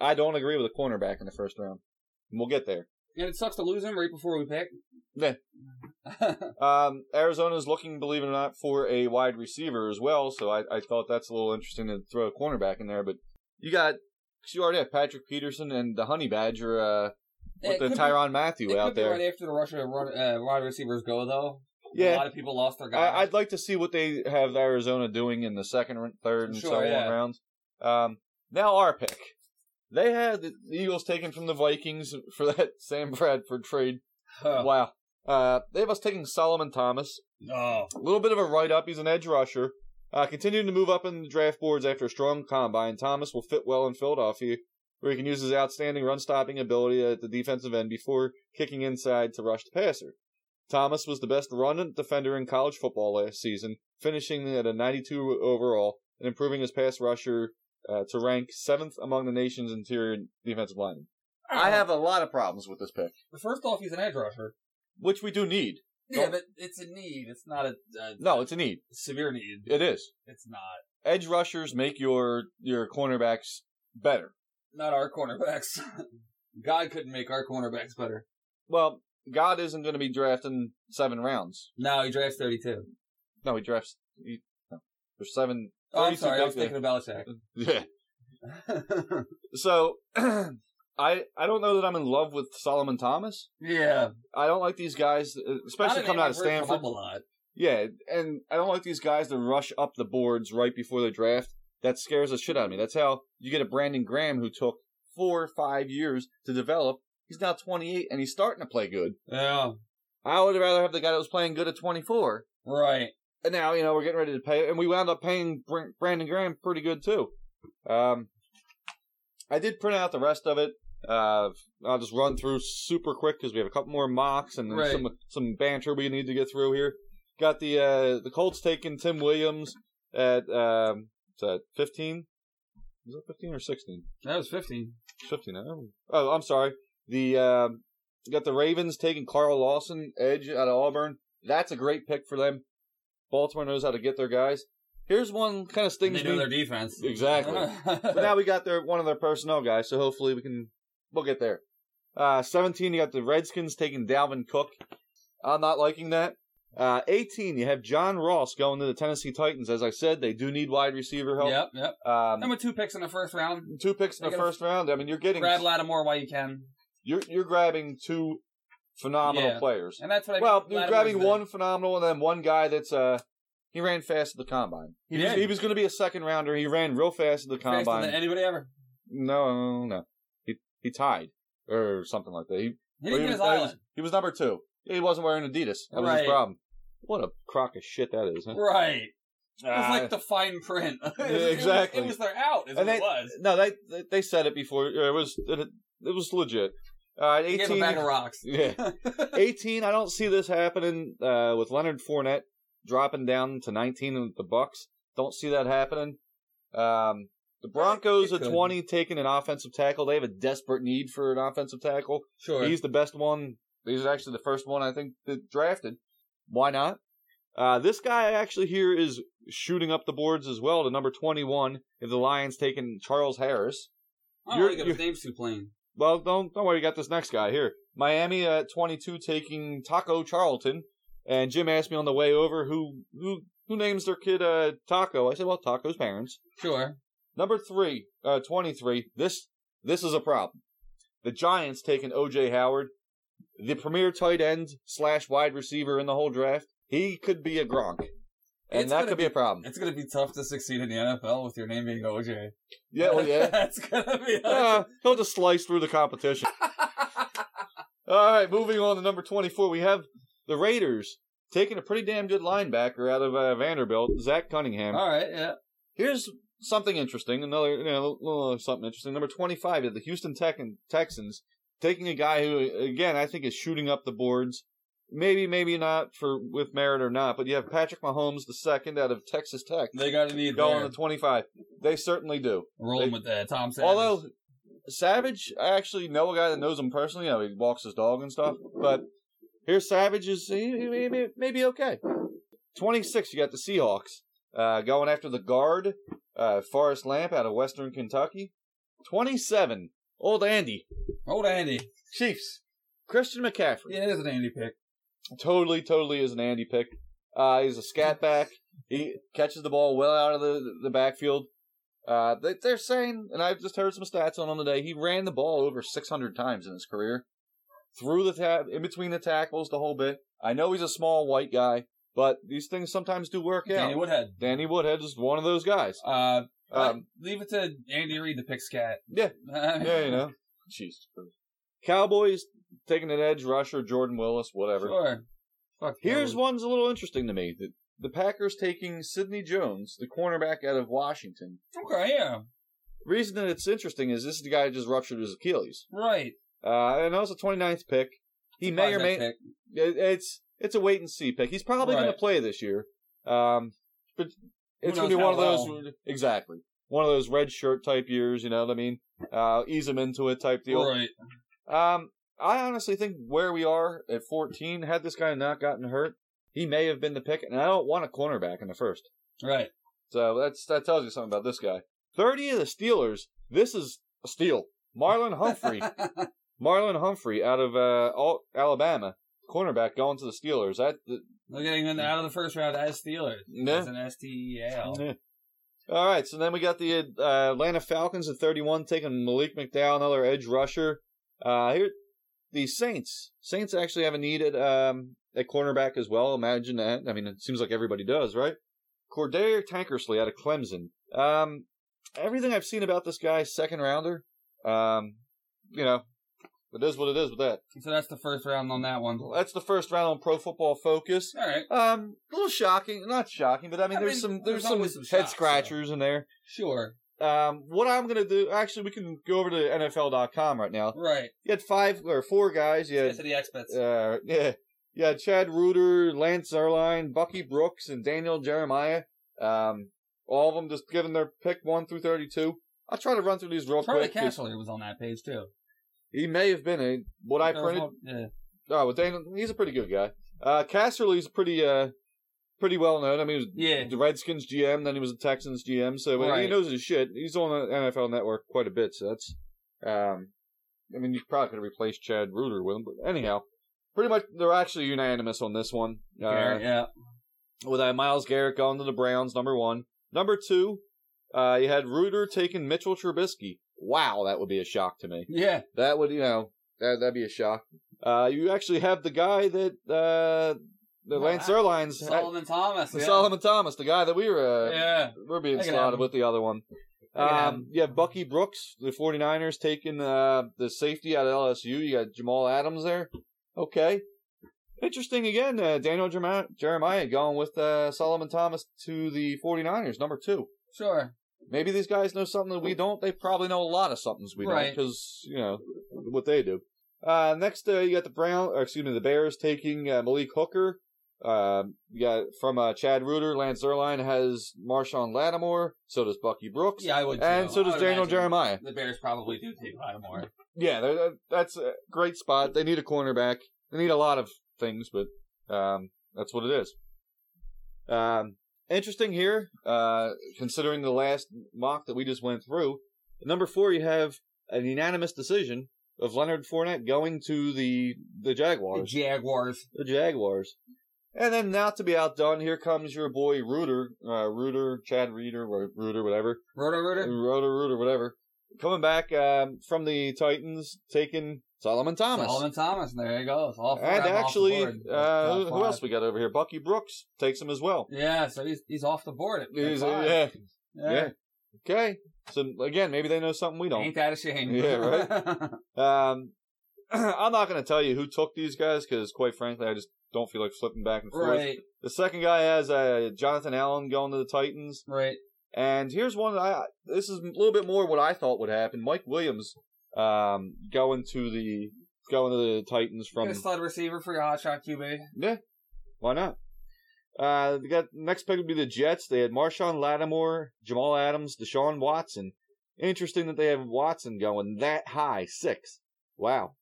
Speaker 4: I don't agree with a cornerback in the first round. We'll get there.
Speaker 3: And it sucks to lose him right before we pick.
Speaker 4: Yeah. Um, Arizona's looking, believe it or not, for a wide receiver as well. So I, I thought that's a little interesting to throw a cornerback in there. But you got, 'cause you already have Patrick Peterson and the Honey Badger uh, with
Speaker 3: It
Speaker 4: the
Speaker 3: could be-
Speaker 4: Tyron
Speaker 3: it
Speaker 4: Matthew
Speaker 3: could
Speaker 4: out
Speaker 3: be
Speaker 4: there.
Speaker 3: right after the Russia run, uh, wide receivers go though.
Speaker 4: yeah,
Speaker 3: a lot of people lost their guys.
Speaker 4: I, I'd like to see what they have Arizona doing in the second, r- third, and so
Speaker 3: Sure,
Speaker 4: on
Speaker 3: yeah.
Speaker 4: rounds. Um, now our pick. They had the Eagles taken from the Vikings for that Sam Bradford trade.
Speaker 3: Huh.
Speaker 4: Wow. Uh, they have us taking Solomon Thomas.
Speaker 3: Oh,
Speaker 4: A little bit of a write up. He's an edge rusher. Uh, continuing to move up in the draft boards after a strong combine, Thomas will fit well in Philadelphia, where he can use his outstanding run stopping ability at the defensive end before kicking inside to rush the passer. Thomas was the best run defender in college football last season, finishing at a 92 overall and improving his pass rusher uh, to rank seventh among the nation's interior defensive linemen. I have a lot of problems with this pick,
Speaker 3: First off, he's an edge rusher.
Speaker 4: which we do need.
Speaker 3: Yeah,
Speaker 4: Don't-
Speaker 3: but it's a need. It's not a, a
Speaker 4: No, it's a need.
Speaker 3: severe need.
Speaker 4: It is.
Speaker 3: It's not.
Speaker 4: edge rushers make your your cornerbacks better.
Speaker 3: Not our cornerbacks. God couldn't make our cornerbacks better.
Speaker 4: Well, God isn't going to be drafting seven rounds.
Speaker 3: No, he drafts 32.
Speaker 4: No, he drafts. He, no, there's seven.
Speaker 3: Oh, I'm
Speaker 4: 32
Speaker 3: sorry. I was
Speaker 4: picks
Speaker 3: thinking of Belichick.
Speaker 4: there. Yeah. So I I don't know that I'm in love with Solomon Thomas.
Speaker 3: yeah.
Speaker 4: I don't like these guys, uh, especially coming out of
Speaker 3: Come
Speaker 4: Stanford.
Speaker 3: up a lot.
Speaker 4: Yeah, and I don't like these guys to rush up the boards right before the draft. That scares the shit out of me. That's how you get a Brandon Graham who took four or five years to develop. He's now 28 and he's starting to play good.
Speaker 3: Yeah.
Speaker 4: I would rather have the guy that was playing good at 24.
Speaker 3: Right.
Speaker 4: And now, you know, we're getting ready to pay, and we wound up paying Br- Brandon Graham pretty good too. Um, I did print out the rest of it. Uh, I'll just run through super quick because we have a couple more mocks and then
Speaker 3: Right.
Speaker 4: some some banter we need to get through here. Got the uh, the Colts taking Tim Williams at um, what's that fifteen? Is that fifteen or sixteen?
Speaker 3: That was 15.
Speaker 4: 15. I don't- Oh, I'm sorry. The um you got the Ravens taking Carl Lawson, edge out of Auburn. That's a great pick for them. Baltimore knows how to get their guys. Here's one kind
Speaker 3: And
Speaker 4: of stings
Speaker 3: they know
Speaker 4: me.
Speaker 3: their defense.
Speaker 4: Exactly. but now we got their one of their personnel guys, so hopefully we can we'll get there. Uh, 17. You got the Redskins taking Dalvin Cook. I'm not liking that. Uh, 18. You have John Ross going to the Tennessee Titans. As I said, they do need wide receiver help.
Speaker 3: yep, yep.
Speaker 4: Um,
Speaker 3: Number two picks in the first round.
Speaker 4: two picks in
Speaker 3: They
Speaker 4: the
Speaker 3: gotta-
Speaker 4: first round. I mean, you're getting
Speaker 3: Grab Lattimore while you can.
Speaker 4: you're you're grabbing two phenomenal
Speaker 3: Yeah.
Speaker 4: players.
Speaker 3: And that's what I
Speaker 4: Well, you're
Speaker 3: Lattimore's
Speaker 4: grabbing
Speaker 3: the-
Speaker 4: one phenomenal and then one guy that's uh he ran fast at the combine.
Speaker 3: He
Speaker 4: He was,
Speaker 3: did.
Speaker 4: he was going to be a second rounder. He ran real fast at the
Speaker 3: faster
Speaker 4: combine.
Speaker 3: than anybody ever.
Speaker 4: no, no, no. He he tied or something like that. He,
Speaker 3: He didn't
Speaker 4: or
Speaker 3: get
Speaker 4: was,
Speaker 3: his
Speaker 4: no, he
Speaker 3: island.
Speaker 4: was- he was number two. He wasn't wearing Adidas. That was
Speaker 3: Right.
Speaker 4: his problem. What a crock of shit that is. Huh?
Speaker 3: Right. It was
Speaker 4: Ah.
Speaker 3: like the fine print. It was- it was-
Speaker 4: exactly.
Speaker 3: It was, their out, is what
Speaker 4: And they-
Speaker 3: it was.
Speaker 4: no, they they- they said it before. It was it, it was legit. All right,
Speaker 3: They gave
Speaker 4: eighteen.
Speaker 3: him a bag of rocks.
Speaker 4: Yeah. 18, I don't see this happening uh, with Leonard Fournette dropping down to 19 with the Bucks. Don't see that happening. Um, the Broncos
Speaker 3: It
Speaker 4: at
Speaker 3: could.
Speaker 4: 20 taking an offensive tackle. They have a desperate need for an offensive tackle.
Speaker 3: Sure.
Speaker 4: He's the best one. He's actually the first one I think that drafted. Why not? Uh, this guy actually here is shooting up the boards as well to number 21 if the Lions taking Charles Harris.
Speaker 3: I don't
Speaker 4: you're-
Speaker 3: like it. His name's too plain.
Speaker 4: Well, don't don't worry, you got this next guy here. Miami at 22 taking Taco Charlton, and Jim asked me on the way over who who who names their kid uh, Taco. I said, well, Taco's parents.
Speaker 3: Sure.
Speaker 4: Number three, uh, 23. This this is a problem. The Giants taking OJ Howard, the premier tight end slash wide receiver in the whole draft. He could be a Gronk, and
Speaker 3: It's
Speaker 4: that
Speaker 3: gonna
Speaker 4: could be, a problem.
Speaker 3: It's going to be tough to succeed in the NFL with your name being OJ.
Speaker 4: Yeah, well, yeah.
Speaker 3: That's going to be.
Speaker 4: Uh, he'll just slice through the competition. All right, moving on to number 24. We have the Raiders taking a pretty damn good linebacker out of uh, Vanderbilt, Zach Cunningham.
Speaker 3: All right, yeah.
Speaker 4: Here's something interesting. Another, you know, little something interesting. Number 25 at the Houston Tech- Texans taking a guy who, again, I think is shooting up the boards. Maybe, maybe not for with merit or not, but you have Patrick Mahomes, the second out of Texas Tech,
Speaker 3: They got a need
Speaker 4: going
Speaker 3: there.
Speaker 4: to 25. They certainly do.
Speaker 3: Rolling with uh, Tom Savage.
Speaker 4: Although Savage, I actually know a guy that knows him personally. You know, he walks his dog and stuff. But here's Savage is he, he may, may- may be okay. Twenty six. You got the Seahawks uh, going after the guard uh, Forrest Lamp out of Western Kentucky. Twenty seven. Old Andy
Speaker 3: old Andy.
Speaker 4: Chiefs. Christian McCaffrey.
Speaker 3: Yeah, it is an Andy pick.
Speaker 4: Totally, totally is an Andy pick. Uh, he's a scat back. He catches the ball well out of the, the backfield. Uh, they, they're saying, and I've just heard some stats on him today, he ran the ball over 600 times in his career. Through the tab, in between the tackles, the whole bit. I know he's a small white guy, but these things sometimes do work
Speaker 3: Danny
Speaker 4: out.
Speaker 3: Woodhead.
Speaker 4: Danny Woodhead is one of those guys.
Speaker 3: Uh,
Speaker 4: Um,
Speaker 3: leave it to Andy Reid to pick scat.
Speaker 4: Yeah. yeah, you know. Jesus Christ. Cowboys taking an edge rusher, Jordan Willis, whatever.
Speaker 3: Sure. Fuck
Speaker 4: Here's
Speaker 3: those.
Speaker 4: one's a little interesting to me. The, the Packers taking Sidney Jones, the cornerback out of Washington.
Speaker 3: Okay, yeah.
Speaker 4: Reason that it's interesting is this is the guy who just ruptured his Achilles.
Speaker 3: Right.
Speaker 4: Uh, and that was a 29th pick. He may or
Speaker 3: Surprised
Speaker 4: may
Speaker 3: that pick.
Speaker 4: it- it's it's a wait and see pick. He's probably going
Speaker 3: Right.
Speaker 4: to play this year. Um, but it's
Speaker 3: knows
Speaker 4: going to be one
Speaker 3: how
Speaker 4: of those
Speaker 3: well.
Speaker 4: exactly one of those red shirt type years. You know what I mean? Uh, ease him into it type deal.
Speaker 3: Right.
Speaker 4: Um, I honestly think where we are at 14, had this guy not gotten hurt, he may have been the pick, and I don't want a cornerback in the first.
Speaker 3: Right.
Speaker 4: So that's that tells you something about this guy. 30 of the Steelers. This is a steal. Marlon Humphrey. Marlon Humphrey out of uh, Al- Alabama, cornerback going to the Steelers. That
Speaker 3: They're getting in- out of the first round as Steelers.
Speaker 4: Yeah.
Speaker 3: As an E STEL.
Speaker 4: Yeah. All right, so then we got the uh, Atlanta Falcons at 31 taking Malik McDowell, another edge rusher. Uh, here, the Saints. Saints actually have a need at um, at cornerback as well. Imagine that. I mean, it seems like everybody does, right? Cordair Tankersley out of Clemson. Um, everything I've seen about this guy, second rounder. Um, you know, it is what it is with that.
Speaker 3: So that's the first round on that one. All
Speaker 4: That's the first round on Pro Football Focus.
Speaker 3: right.
Speaker 4: Um, a little shocking, not shocking, but I mean,
Speaker 3: I
Speaker 4: there's
Speaker 3: mean,
Speaker 4: some
Speaker 3: there's
Speaker 4: there's, some,
Speaker 3: always some
Speaker 4: head
Speaker 3: shocks,
Speaker 4: scratchers in there.
Speaker 3: Sure.
Speaker 4: Um, what I'm gonna do? Actually, we can go over to NFL.com right now.
Speaker 3: Right.
Speaker 4: You had five or four guys. You
Speaker 3: Yeah.
Speaker 4: had
Speaker 3: To the experts.
Speaker 4: uh, yeah, yeah. Chad Reuter, Lance Erline, Bucky Brooks, and Daniel Jeremiah. Um, all of them just giving their pick one through thirty-two. I'll try to run through these real
Speaker 3: Charlie
Speaker 4: quick. 'cause
Speaker 3: Cashler was on that page too.
Speaker 4: He may have been a what I
Speaker 3: That was
Speaker 4: printed.
Speaker 3: one- yeah.
Speaker 4: Oh, well, Daniel, he's a pretty good guy. Uh, Casterly's pretty, uh, pretty well known. I mean, he was
Speaker 3: Yeah.
Speaker 4: the Redskins GM, then he was the Texans GM, so he
Speaker 3: Right.
Speaker 4: knows his shit. He's on the NFL Network quite a bit, so that's, um, I mean, you probably could have replaced Chad Reuter with him, but anyhow, pretty much they're actually unanimous on this one. Uh,
Speaker 3: Garrett, yeah.
Speaker 4: With uh, Miles Garrett going to the Browns, number one. Number two, uh, you had Reuter taking Mitchell Trubisky. Wow, that would be a shock to me.
Speaker 3: Yeah.
Speaker 4: That would, you know, that, that'd be a shock. Uh, you actually have the guy that, uh, the
Speaker 3: Wow.
Speaker 4: Lance Airlines,
Speaker 3: Solomon Thomas.
Speaker 4: the
Speaker 3: yeah.
Speaker 4: Solomon Thomas, the guy that we were, uh,
Speaker 3: Yeah.
Speaker 4: we're being
Speaker 3: I can have
Speaker 4: slotted
Speaker 3: him.
Speaker 4: with the other one.
Speaker 3: I can have
Speaker 4: Um,
Speaker 3: him.
Speaker 4: you have Bucky Brooks, the 49ers, taking, uh, the safety out of LSU. You got Jamal Adams there. Okay. Interesting again, uh, Daniel Jeremiah, Jeremiah going with, uh, Solomon Thomas to the 49ers, number two.
Speaker 3: Sure.
Speaker 4: Maybe these guys know something that we don't. They probably know a lot of somethings we don't
Speaker 3: Right.
Speaker 4: because you know what they do. Uh, next, uh, you got the Brown, or excuse me, the Bears taking uh, Malik Hooker. Um, you got from uh, Chad Reuter, Lance Erline has Marshawn Lattimore. So does Bucky Brooks,
Speaker 3: Yeah, I would.
Speaker 4: and
Speaker 3: too.
Speaker 4: so
Speaker 3: I
Speaker 4: does
Speaker 3: would
Speaker 4: Daniel
Speaker 3: imagine
Speaker 4: Jeremiah.
Speaker 3: The Bears probably do take Lattimore.
Speaker 4: Yeah, they're- they're- that's a great spot. They need a cornerback. They need a lot of things, but um, that's what it is. Um, interesting here, uh, considering the last mock that we just went through. At number four, you have an unanimous decision of Leonard Fournette going to the the
Speaker 3: The
Speaker 4: Jaguars.
Speaker 3: Jaguars.
Speaker 4: The Jaguars. And then, not to be outdone, here comes your boy Reuter, uh, Reuter, Chad Reeder, or Reuter, whatever.
Speaker 3: Roto Rooter.
Speaker 4: Roto Root or whatever. Coming back um, from the Titans, taking Solomon Thomas.
Speaker 3: Solomon Thomas. There you go. It's all four
Speaker 4: and
Speaker 3: of them off the
Speaker 4: actually,
Speaker 3: board.
Speaker 4: uh,
Speaker 3: Top
Speaker 4: who,
Speaker 3: five.
Speaker 4: who else we got over here? Bucky Brooks takes him as well.
Speaker 3: Yeah, so he's he's off the board. At, at
Speaker 4: He's-
Speaker 3: five.
Speaker 4: yeah, yeah.
Speaker 3: Yeah.
Speaker 4: Okay. So again, maybe they know something we don't.
Speaker 3: Ain't that a shame?
Speaker 4: Yeah, right? Um, I'm not going to tell you who took these guys because, quite frankly, I just don't feel like flipping back and forth.
Speaker 3: right,
Speaker 4: The second guy has uh, Jonathan Allen going to the Titans.
Speaker 3: right.
Speaker 4: And here's one that I this is a little bit more what I thought would happen. Mike Williams um going to the going to the Titans
Speaker 3: Get
Speaker 4: from
Speaker 3: a stud receiver for your hotshot QB.
Speaker 4: Yeah. Why not? Uh they got next pick would be the Jets. They had Marshawn Lattimore, Jamal Adams, Deshaun Watson. Interesting that they have Watson going that high, six. Wow.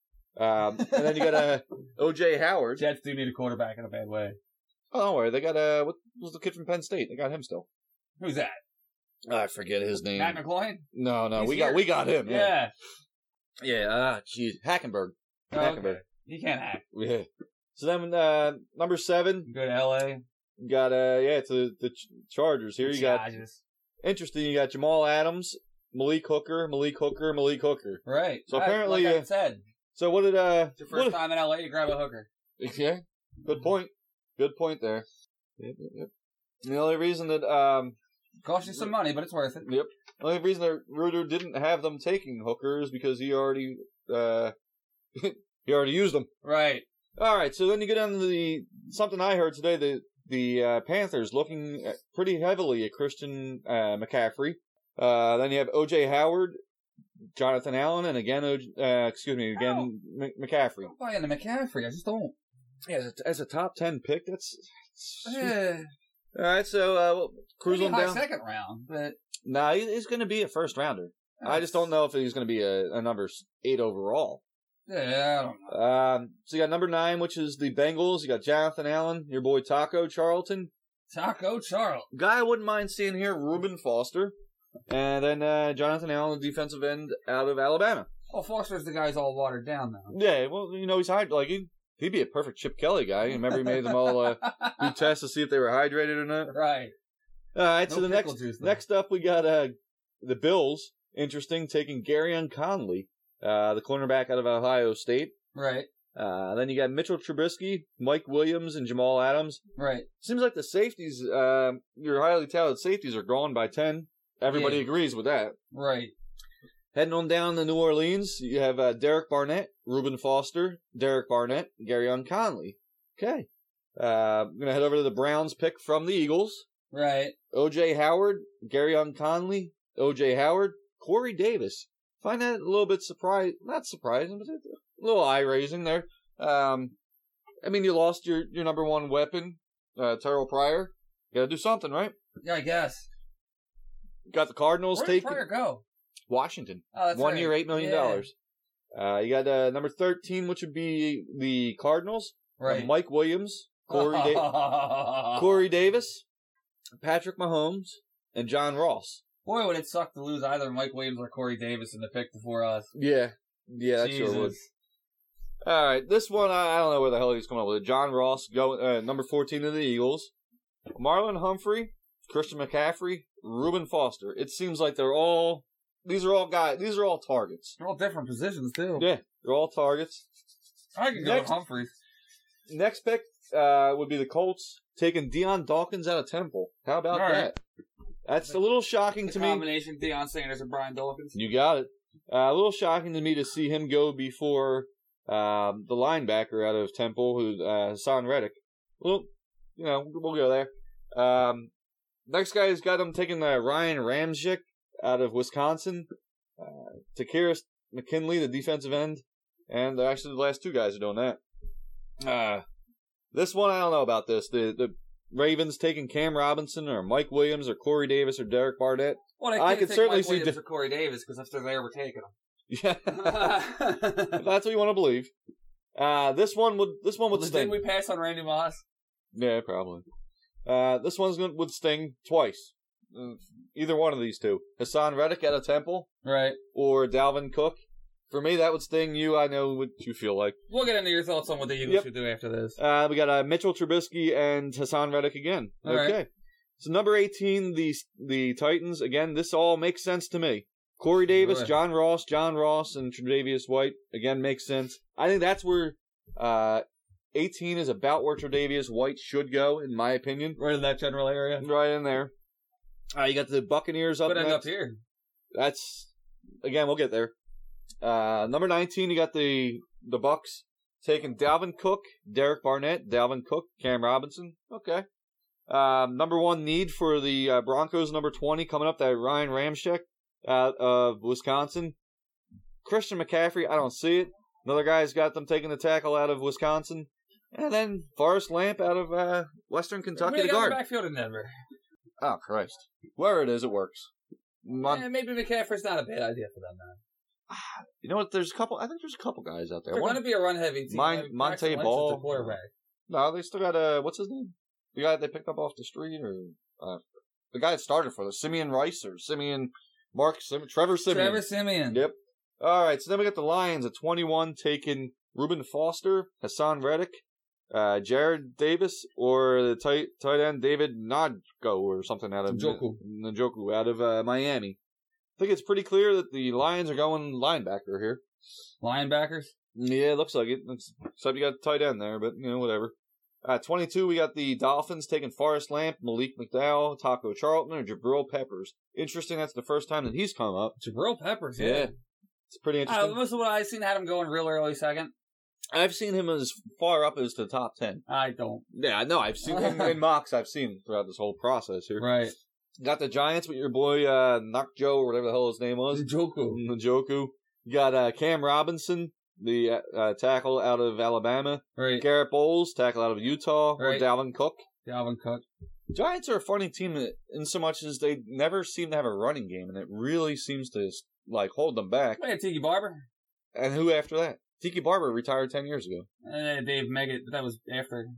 Speaker 4: Um, and then you got uh, OJ Howard.
Speaker 3: Jets do need a quarterback in a bad way.
Speaker 4: Oh, don't worry. They got uh, what was the kid from Penn State? They got him still.
Speaker 3: Who's that?
Speaker 4: I forget his name.
Speaker 3: Matt McCloy?
Speaker 4: No, no,
Speaker 3: He's
Speaker 4: we
Speaker 3: here.
Speaker 4: got we got him. yeah.
Speaker 3: Yeah.
Speaker 4: Yeah, ah, jeez. Hackenberg.
Speaker 3: Oh,
Speaker 4: Hackenberg.
Speaker 3: okay. He can't act.
Speaker 4: Yeah. So then, uh, number seven,
Speaker 3: Go to LA.
Speaker 4: you got, uh, yeah, it's the, the Ch- Chargers. Here you got,
Speaker 3: Chargers.
Speaker 4: interesting, you got Jamal Adams, Malik Hooker, Malik Hooker, Malik Hooker.
Speaker 3: Right.
Speaker 4: So
Speaker 3: Right,
Speaker 4: apparently,
Speaker 3: like I
Speaker 4: uh,
Speaker 3: said,
Speaker 4: So what did, uh,
Speaker 3: it's your
Speaker 4: what
Speaker 3: first time in LA, you grab a hooker.
Speaker 4: yeah, good point. Good point there. Yep, yep, yep. The only reason that, um,
Speaker 3: Cost you some money, but it's worth it.
Speaker 4: the only reason that Reuter didn't have them taking Hooker is because he already, uh, he already used them.
Speaker 3: Right.
Speaker 4: All right, so then you get down to the something I heard today that the uh, Panthers looking at- pretty heavily at Christian uh, McCaffrey. Uh, then you have O.J. Howard, Jonathan Allen, and again, o- uh, excuse me, again M- McCaffrey.
Speaker 3: I'm buying the McCaffrey. I just don't.
Speaker 4: Yeah, as a, as a top ten pick, that's.
Speaker 3: Yeah.
Speaker 4: All right, so uh, we'll cruise
Speaker 3: Maybe
Speaker 4: on
Speaker 3: high
Speaker 4: down.
Speaker 3: second round, but
Speaker 4: Nah, he- he's going to be a first rounder. I just don't know if he's going to be a, a number s- eight overall.
Speaker 3: Yeah, I don't know.
Speaker 4: Um, so you got number nine, which is the Bengals. You got Jonathan Allen, your boy Taco Charlton.
Speaker 3: Taco Charles.
Speaker 4: guy I wouldn't mind seeing here, Reuben Foster, and then uh, Jonathan Allen, the defensive end out of Alabama.
Speaker 3: Well, Oh, Foster's the guy's all watered down now.
Speaker 4: Yeah, well, you know he's hyd Like he, he'd be a perfect Chip Kelly guy. Remember he made them all uh, do tests to see if they were hydrated or not.
Speaker 3: right.
Speaker 4: All right, so
Speaker 3: No
Speaker 4: the
Speaker 3: pickle
Speaker 4: next
Speaker 3: juice, though.
Speaker 4: next up we got uh, the Bills. Interesting, taking Gary Conley, uh, the cornerback out of Ohio State.
Speaker 3: Right.
Speaker 4: Uh, then you got Mitchell Trubisky, Mike Williams, and Jamal Adams.
Speaker 3: Right.
Speaker 4: Seems like the safeties, um, your highly touted safeties, are growing by ten. Everybody
Speaker 3: Yeah.
Speaker 4: agrees with that.
Speaker 3: Right.
Speaker 4: Heading on down to New Orleans, you have uh, Derek Barnett, Reuben Foster, Derek Barnett, Gary Conley. Okay. Uh, I'm going to head over to the Browns pick from the Eagles.
Speaker 3: Right.
Speaker 4: OJ Howard, Gary Conley, OJ Howard, Corey Davis. Find that a little bit surprise, not surprising, but a little eye raising there. Um, I mean, you lost your, your number one weapon, uh, Terrell Pryor. You gotta do something, right?
Speaker 3: Yeah, I guess.
Speaker 4: Got the Cardinals
Speaker 3: Where did
Speaker 4: taking
Speaker 3: Pryor go?
Speaker 4: Washington.
Speaker 3: Oh, that's
Speaker 4: one
Speaker 3: right.
Speaker 4: year, eight million
Speaker 3: Yeah.
Speaker 4: dollars. Uh, you got uh, number thirteen, which would be the Cardinals.
Speaker 3: Right.
Speaker 4: Mike Williams, Corey, da- Corey Davis, Patrick Mahomes, and John Ross.
Speaker 3: Boy, would it suck to lose either Mike Williams or Corey Davis in the pick before us.
Speaker 4: Yeah, yeah, that's
Speaker 3: Jesus.
Speaker 4: sure would. All right, this one I, I don't know where the hell he's coming up with. it. John Ross, go uh, number fourteen of the Eagles. Marlon Humphrey, Christian McCaffrey, Reuben Foster. It seems like they're all these are all guys. These are all targets.
Speaker 3: They're all different positions too.
Speaker 4: Yeah. They're all targets.
Speaker 3: I could go
Speaker 4: Next-
Speaker 3: with Humphreys.
Speaker 4: Next pick uh, would be the Colts taking Deion Dawkins out of Temple. How about
Speaker 3: All right.
Speaker 4: that? That's a little shocking to me.
Speaker 3: combination Deion Sanders and Brian Dawkins.
Speaker 4: You got it. Uh, a little shocking to me to see him go before um, the linebacker out of Temple, who uh, Hassan Reddick. Well, you know, we'll go there. Um, next guy has got him taking uh, Ryan Ramchick out of Wisconsin. Uh, Takiris McKinley, the defensive end, and actually the last two guys are doing that. Uh, this one I don't know about this. The the Ravens taking Cam Robinson or Mike Williams or Corey Davis or Derek Barnett.
Speaker 3: Well, they
Speaker 4: I
Speaker 3: can't
Speaker 4: could
Speaker 3: take
Speaker 4: certainly
Speaker 3: Mike
Speaker 4: see
Speaker 3: Williams
Speaker 4: diff-
Speaker 3: or Corey Davis because if they're there, we're taking
Speaker 4: Yeah. If
Speaker 3: them.
Speaker 4: that's what you want to believe. Uh, this one would this one would
Speaker 3: Didn't
Speaker 4: sting.
Speaker 3: we pass on Randy Moss?
Speaker 4: Yeah, probably. Uh, this one's gonna, would sting twice. Uh, Either one of these two, Hassan Reddick at a Temple
Speaker 3: Right.
Speaker 4: or Dalvin Cook. For me, that would sting you. I know what you feel like.
Speaker 3: We'll get into your thoughts on what the Eagles
Speaker 4: Yep.
Speaker 3: should do after this.
Speaker 4: Uh, we got uh, Mitchell Trubisky and Hassan Reddick again.
Speaker 3: All right.
Speaker 4: okay. So number eighteen, the the Titans again. This all makes sense to me. Corey Davis,
Speaker 3: Right.
Speaker 4: John Ross, John Ross, and Tre'Davious White again makes sense. I think that's where uh, eighteen is about where Tre'Davious White should go, in my opinion.
Speaker 3: Right in that general area.
Speaker 4: Right in there. Uh, you got the Buccaneers up
Speaker 3: Could end
Speaker 4: next.
Speaker 3: up here.
Speaker 4: That's again, we'll get there. Uh, number nineteen, you got the the Bucks taking Dalvin Cook, Derek Barnett, Dalvin Cook, Cam Robinson. Okay. Um, number one need for the uh, Broncos, number twenty coming up, that Ryan Ramchick out of Wisconsin. Christian McCaffrey, I don't see it. Another guy's got them taking the tackle out of Wisconsin, and then Forrest Lamp out of uh, Western Kentucky,
Speaker 3: Who
Speaker 4: the
Speaker 3: they got in
Speaker 4: guard.
Speaker 3: the backfield in Denver.
Speaker 4: Oh Christ! Where it is, it works. Mon-
Speaker 3: Eh, maybe McCaffrey's not a bad idea for them. Man.
Speaker 4: You know what? There's a couple. I think there's a couple guys out there.
Speaker 3: They're
Speaker 4: One-
Speaker 3: going to be a run heavy team.
Speaker 4: Mon-
Speaker 3: I mean,
Speaker 4: Monte
Speaker 3: Paxton Lynch is
Speaker 4: Ball.
Speaker 3: the quarterback.
Speaker 4: no, they still got uh what's his name? The guy that they picked up off the street, or uh, the guy that started for them, Simeon Rice or Simeon Mark Sim- Trevor Simeon.
Speaker 3: Trevor Simeon.
Speaker 4: Yep. All right. So then we got the Lions at 21, taking Reuben Foster, Hassan Reddick, uh, Jared Davis, or the tight tight end David Nodko or something out of
Speaker 3: Njoku.
Speaker 4: Njoku out of uh, Miami. I think it's pretty clear that the Lions are going linebacker here.
Speaker 3: Linebackers.
Speaker 4: Yeah, it looks like it. It's, except you got the tight end there, but you know, whatever. Uh, 22, we got the Dolphins taking Forrest Lamp, Malik McDowell, Taco Charlton, or Jabril Peppers. Interesting, that's the first time that he's come up.
Speaker 3: Jabril Peppers.
Speaker 4: Yeah. It's pretty
Speaker 3: Uh,
Speaker 4: interesting.
Speaker 3: most of what I've seen had him going real early second.
Speaker 4: I've seen him as far up as the top 10.
Speaker 3: I don't.
Speaker 4: Yeah, I know. I've seen him in mocks. I've seen him throughout this whole process here.
Speaker 3: Right.
Speaker 4: Got the Giants with your boy, uh, Knock Joe, or whatever the hell his name was.
Speaker 3: Njoku.
Speaker 4: Njoku. You got, uh, Cam Robinson, the, uh, uh, tackle out of Alabama.
Speaker 3: Right.
Speaker 4: Garrett Bowles, tackle out of Utah,
Speaker 3: Right.
Speaker 4: or Dalvin Cook.
Speaker 3: Dalvin Cook.
Speaker 4: Giants are a funny team in- in so much as they never seem to have a running game, and it really seems to like hold them back.
Speaker 3: Hey, Tiki Barber.
Speaker 4: And who after that? Tiki Barber retired ten years ago.
Speaker 3: Uh, Dave Meggett, but that was after.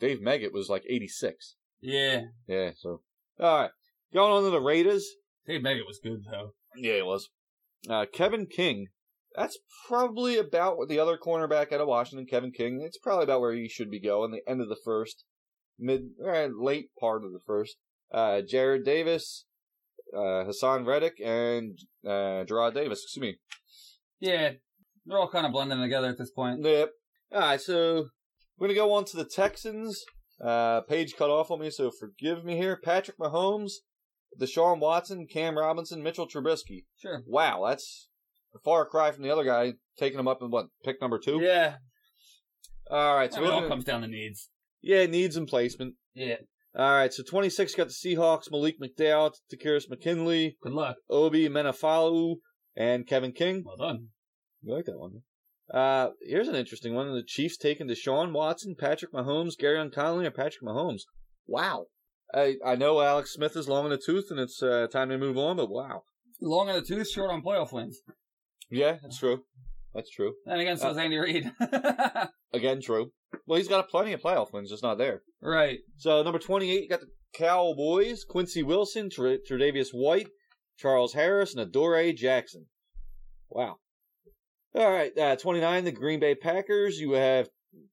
Speaker 4: Dave Meggett was like eighty six.
Speaker 3: Yeah.
Speaker 4: Yeah, so all right, going on to the Raiders.
Speaker 3: Dave Meggett was good, though.
Speaker 4: Yeah, it was. Uh, Kevin King. That's probably about what the other cornerback out of Washington, Kevin King. It's probably about where he should be going. The end of the first, mid, uh, late part of the first. Uh, Jared Davis, uh, Hassan Reddick, and uh, Gerard Davis. Excuse me.
Speaker 3: Yeah. They're all kind of blending together at this point.
Speaker 4: Yep. All right, so we're gonna go on to the Texans. Uh, page cut off on me, so forgive me here. Patrick Mahomes, Deshaun Watson, Cam Robinson, Mitchell Trubisky.
Speaker 3: Sure.
Speaker 4: Wow, that's a far cry from the other guy taking him up in what pick number two.
Speaker 3: Yeah.
Speaker 4: All right, so
Speaker 3: It
Speaker 4: we're
Speaker 3: all
Speaker 4: gonna-
Speaker 3: comes down to needs.
Speaker 4: yeah, needs and placement.
Speaker 3: Yeah.
Speaker 4: All right, so 26 got the Seahawks, Malik McDowell, Takiris McKinley,
Speaker 3: Good luck.
Speaker 4: Obi Menafalu, and Kevin King.
Speaker 3: Well done.
Speaker 4: You like that one. Uh, here's an interesting one. The Chiefs taking Deshaun Watson, Patrick Mahomes, Gary Conley, or Patrick Mahomes. Wow. I, I know Alex Smith is long in the tooth and it's uh, time to move on, but wow.
Speaker 3: Long in the tooth, short on playoff wins.
Speaker 4: Yeah, that's true. That's true.
Speaker 3: And again,
Speaker 4: Uh,
Speaker 3: so is Andy Reid.
Speaker 4: Again, true. Well, he's got plenty of playoff wins, just not there.
Speaker 3: right.
Speaker 4: So number 28, you got the Cowboys, Quincy Wilson, Tre- Tre'Davious White, Charles Harris, and Adore Jackson. Wow. All right, uh, 29, the Green Bay Packers. You have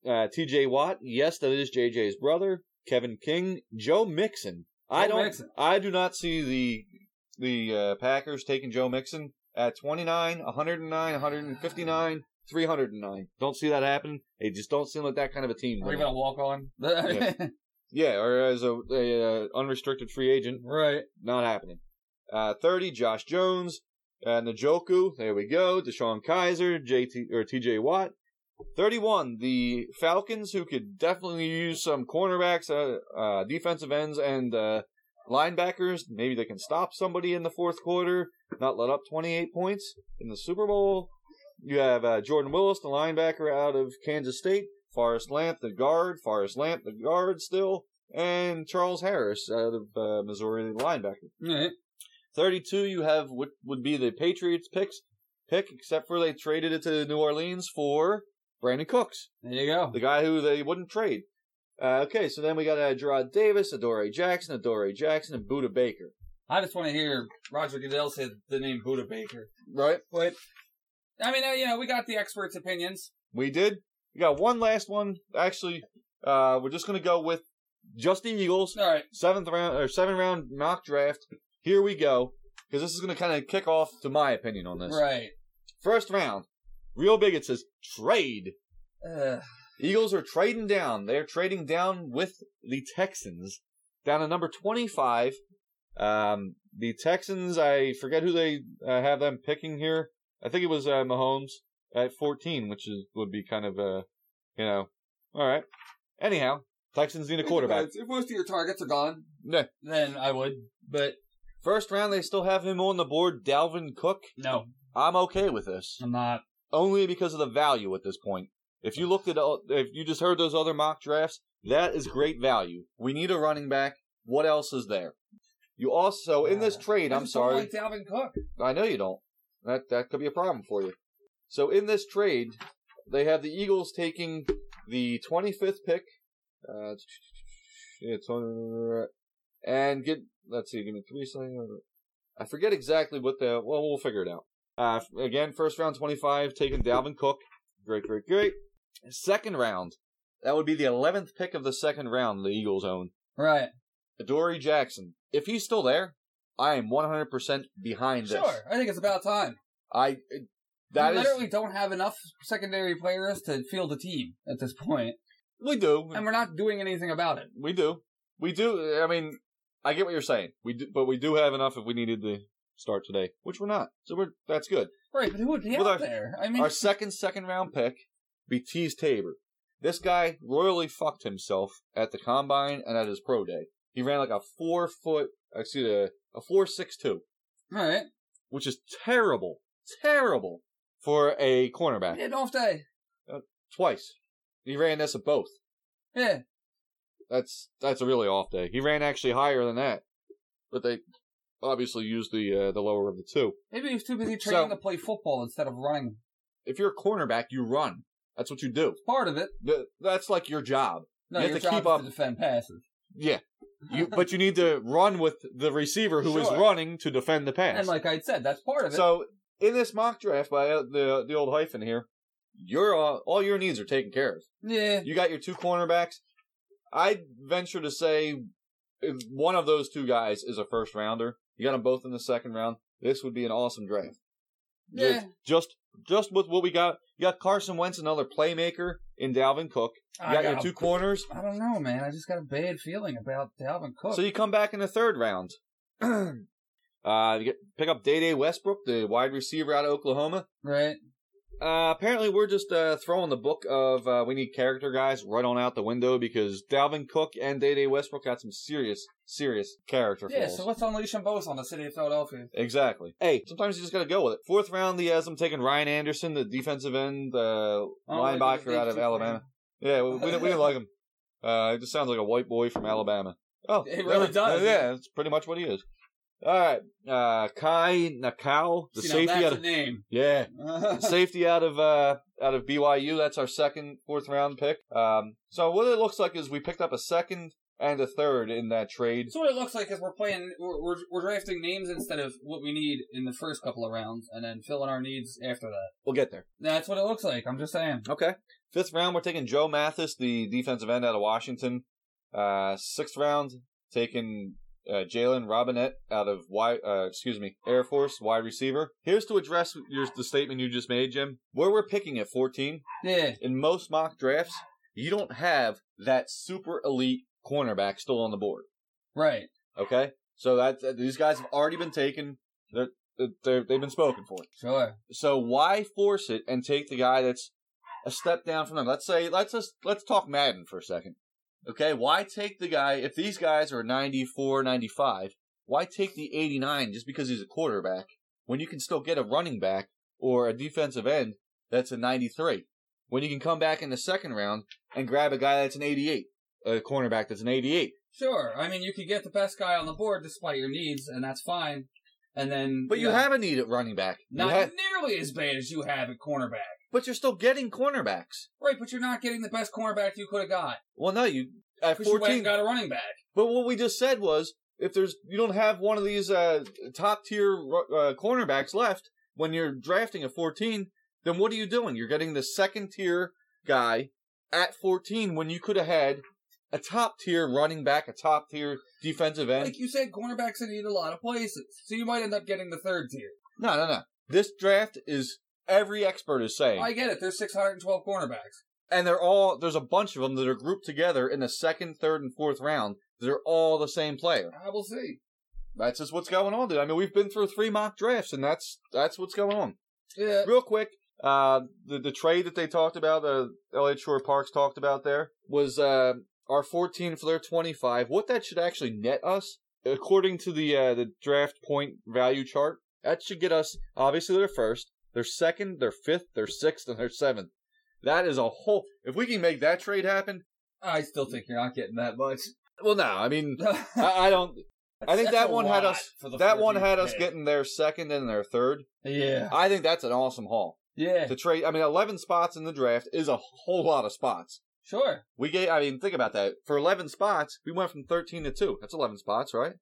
Speaker 4: uh, T.J. Watt. Yes, that is J.J.'s brother. Kevin King, Joe Mixon. I
Speaker 3: Joe
Speaker 4: don't.
Speaker 3: Mixon.
Speaker 4: I do not see the the uh, Packers taking Joe Mixon at 29, 109, 159, 309. Don't see that happen. They just don't seem like that kind of a team.
Speaker 3: Or even a walk on.
Speaker 4: Yeah. Yeah, or as a, a uh, unrestricted free agent,
Speaker 3: right.
Speaker 4: not happening. Uh, thirty, Josh Jones, uh, Njoku. There we go. Deshaun Kaiser, JT or TJ Watt. Thirty-one, the Falcons, who could definitely use some cornerbacks, uh, uh, defensive ends, and uh, linebackers. Maybe they can stop somebody in the fourth quarter, not let up twenty-eight points in the Super Bowl. You have uh, Jordan Willis, the linebacker out of Kansas State. Forrest Lamp, the guard. Forrest Lamp, the guard still. And Charles Harris out of uh, Missouri, the linebacker.
Speaker 3: Right.
Speaker 4: 32, you have what would be the Patriots picks pick, except for they traded it to New Orleans for Brandon Cooks,
Speaker 3: There you go.
Speaker 4: the guy who they wouldn't trade. Uh, okay, so then we got uh, Gerard Davis, Adore Jackson, Adore Jackson, and Buda Baker.
Speaker 3: I just want to hear Roger Goodell say the name Buda Baker.
Speaker 4: Right?
Speaker 3: But, I mean, uh, you know, we got the experts' opinions.
Speaker 4: We did. We got one last one. Actually, uh, we're just going to go with just the Eagles.
Speaker 3: All right.
Speaker 4: seventh round or seven round mock draft. Here we go, because this is going to kind of kick off to my opinion on this.
Speaker 3: Right.
Speaker 4: First round, real big. It says trade.
Speaker 3: Uh,
Speaker 4: Eagles are trading down. They're trading down with the Texans down to number twenty-five. Um, the Texans. I forget who they uh, have them picking here. I think it was uh, Mahomes at fourteen, which is would be kind of uh, you know, all right. Anyhow, Texans need a quarterback.
Speaker 3: If most of your targets are gone,
Speaker 4: Yeah.
Speaker 3: then I would. But
Speaker 4: First round, they still have him on the board, Dalvin Cook.
Speaker 3: no,
Speaker 4: I'm okay with this,
Speaker 3: I'm not.
Speaker 4: only because of the value at this point. If you looked at, all, if you just heard those other mock drafts, that is great value. We need a running back. What else is there? You also in this trade.
Speaker 3: I
Speaker 4: I'm
Speaker 3: just don't
Speaker 4: sorry,
Speaker 3: Like Dalvin Cook.
Speaker 4: I know you don't. That that could be a problem for you. So in this trade, they have the Eagles taking the 25th pick. Uh, yeah, it's on- and get let's see, give me three seconds. I forget exactly what the well, we'll figure it out. Uh, again, first round 25, taking Dalvin Cook. Great, great, great. Second round, that would be the 11th pick of the second round. The Eagles own
Speaker 3: Right.
Speaker 4: Adoree Jackson. If he's still there, I am 100% behind this.
Speaker 3: Sure. I think it's about time.
Speaker 4: I
Speaker 3: we
Speaker 4: that is
Speaker 3: literally don't have enough secondary players to field a team at this point,
Speaker 4: we do
Speaker 3: and we're not doing anything about it.
Speaker 4: we do we do. I mean, I get what you're saying. We do, but we do have enough if we needed to start today, which we're not. So we're that's good.
Speaker 3: Right. But who would be
Speaker 4: With
Speaker 3: out
Speaker 4: our-
Speaker 3: there? I mean,
Speaker 4: Our second second round pick be Tease Tabor. This guy royally fucked himself at the combine and at his pro day. He ran like a four foot, excuse me, a four six two,
Speaker 3: all right.
Speaker 4: which is terrible, terrible for a
Speaker 3: He
Speaker 4: cornerback.
Speaker 3: had an off day.
Speaker 4: Twice, he ran this at both.
Speaker 3: Yeah.
Speaker 4: That's that's a really off day. He ran actually higher than that, but they obviously used the uh, the lower of the two.
Speaker 3: Maybe he was too busy training to
Speaker 4: So-
Speaker 3: play football instead of running.
Speaker 4: If you're a cornerback, you run. That's what you do.
Speaker 3: Part of it.
Speaker 4: Th- That's like your job.
Speaker 3: No,
Speaker 4: You have
Speaker 3: your
Speaker 4: to
Speaker 3: job
Speaker 4: keep
Speaker 3: is
Speaker 4: up-
Speaker 3: to defend passes.
Speaker 4: Yeah, you but you need to run with the receiver who is
Speaker 3: Sure.
Speaker 4: running to defend the pass.
Speaker 3: And like I said, that's part of it.
Speaker 4: so in this mock draft by uh, the the old hyphen here, your uh, all your needs are taken care of.
Speaker 3: yeah.
Speaker 4: You got your two cornerbacks. I'd venture to say if one of those two guys is a first rounder. You got them both in the second round. This would be an awesome draft.
Speaker 3: Yeah.
Speaker 4: Just just with what we got. You got Carson Wentz, another playmaker in Dalvin Cook. You
Speaker 3: I
Speaker 4: got your
Speaker 3: got-
Speaker 4: two corners.
Speaker 3: I don't know, man. I just got a bad feeling about Dalvin Cook.
Speaker 4: So you come back in the third round. uh, you get, pick up Day Day Westbrook, the wide receiver out of Oklahoma.
Speaker 3: right?
Speaker 4: Uh, apparently, we're just uh, throwing the book of uh, we need character guys right on out the window because Dalvin Cook and Day Day Westbrook got some serious, serious character
Speaker 3: Yeah,
Speaker 4: flaws.
Speaker 3: so let's unleash them both on the city of Philadelphia.
Speaker 4: Exactly. Hey, sometimes you just gotta go with it. Fourth round, the as I'm taking Ryan Anderson, the defensive end,
Speaker 3: I
Speaker 4: uh,
Speaker 3: don't like
Speaker 4: linebacker
Speaker 3: Oh, the big
Speaker 4: out of
Speaker 3: two
Speaker 4: Alabama. Yeah, we, we, didn't, we didn't like him. Uh, it just sounds like a white boy from Alabama. Oh,
Speaker 3: It really
Speaker 4: yeah,
Speaker 3: does.
Speaker 4: Yeah, that's pretty much what he is. All right, uh, Kai Nakao, the
Speaker 3: See, now
Speaker 4: safety out
Speaker 3: that's
Speaker 4: of
Speaker 3: a name.
Speaker 4: yeah, the safety out of uh out of BYU. That's our second fourth round pick. Um, so what it looks like is we picked up a second and a third in that trade.
Speaker 3: So what it looks like is we're playing, we're, we're, we're drafting names instead of what we need in the first couple of rounds, and then filling our needs after that.
Speaker 4: We'll get there.
Speaker 3: That's what it looks like. I'm just saying.
Speaker 4: Okay. Fifth round, we're taking Joe Mathis, the defensive end out of Washington. Uh, sixth round, taking uh, Jalen Robinette out of y, uh, excuse me, Air Force wide receiver. Here's to address your, the statement you just made, Jim. Where we're picking at 14
Speaker 3: Yeah,
Speaker 4: in most mock drafts, you don't have that super elite cornerback still on the board.
Speaker 3: right.
Speaker 4: Okay, so that that- these guys have already been taken. They're, they're, they've been spoken for.
Speaker 3: Sure.
Speaker 4: So why force it and take the guy that's a step down from them? Let's say let's just let's talk Madden for a second. Okay, why take the guy if these guys are 94, 95, why take the 89 just because he's a quarterback when you can still get a running back or a defensive end that's a 93? When you can come back in the second round and grab a guy that's an 88, a cornerback that's an 88.
Speaker 3: Sure. I mean, you could get the best guy on the board despite your needs, and that's fine. And then.
Speaker 4: But you
Speaker 3: know,
Speaker 4: have a need at running back. You
Speaker 3: Not
Speaker 4: ha-
Speaker 3: nearly as bad as you have at cornerback.
Speaker 4: but you're still getting cornerbacks.
Speaker 3: Right, but you're not getting the best cornerback you could have got.
Speaker 4: Well, no, you at
Speaker 3: Because you went
Speaker 4: 14
Speaker 3: and got a running back.
Speaker 4: But what we just said was, if there's you don't have one of these uh, top tier uh, cornerbacks left when you're drafting at 14, then what are you doing? You're getting the second tier guy at 14 when you could have had a top tier running back, a top tier defensive end.
Speaker 3: Like you said, cornerbacks are needed a lot of places. So you might end up getting the third tier.
Speaker 4: no, no, no. This draft is every expert is saying,
Speaker 3: I get it. There's 612 cornerbacks.
Speaker 4: and they're all there's a bunch of them that are grouped together in the second, third, and fourth round. They're all the same player.
Speaker 3: I will see.
Speaker 4: That's just what's going on, dude. I mean, we've been through three mock drafts, and that's that's what's going on.
Speaker 3: Yeah.
Speaker 4: Real quick, uh, the the trade that they talked about, uh, LA Shore Parks talked about there was uh, our 14 for their 25. What that should actually net us, according to the uh, the draft point value chart, that should get us obviously their first, their second, their fifth, their sixth, and their seventh. That is a whole. If we can make that trade happen,
Speaker 3: I still think you're not getting that much.
Speaker 4: well, no, I mean, I, I don't. I think
Speaker 3: That's
Speaker 4: that
Speaker 3: a
Speaker 4: one had
Speaker 3: lot
Speaker 4: us.
Speaker 3: for the
Speaker 4: That one
Speaker 3: 14th
Speaker 4: had us
Speaker 3: pick.
Speaker 4: getting their second and their third.
Speaker 3: Yeah.
Speaker 4: I think that's an awesome haul.
Speaker 3: Yeah.
Speaker 4: To trade, I mean, eleven spots in the draft is a whole lot of spots.
Speaker 3: Sure.
Speaker 4: We gave, I mean, think about that. For eleven spots, we went from thirteen to two. That's eleven spots, right?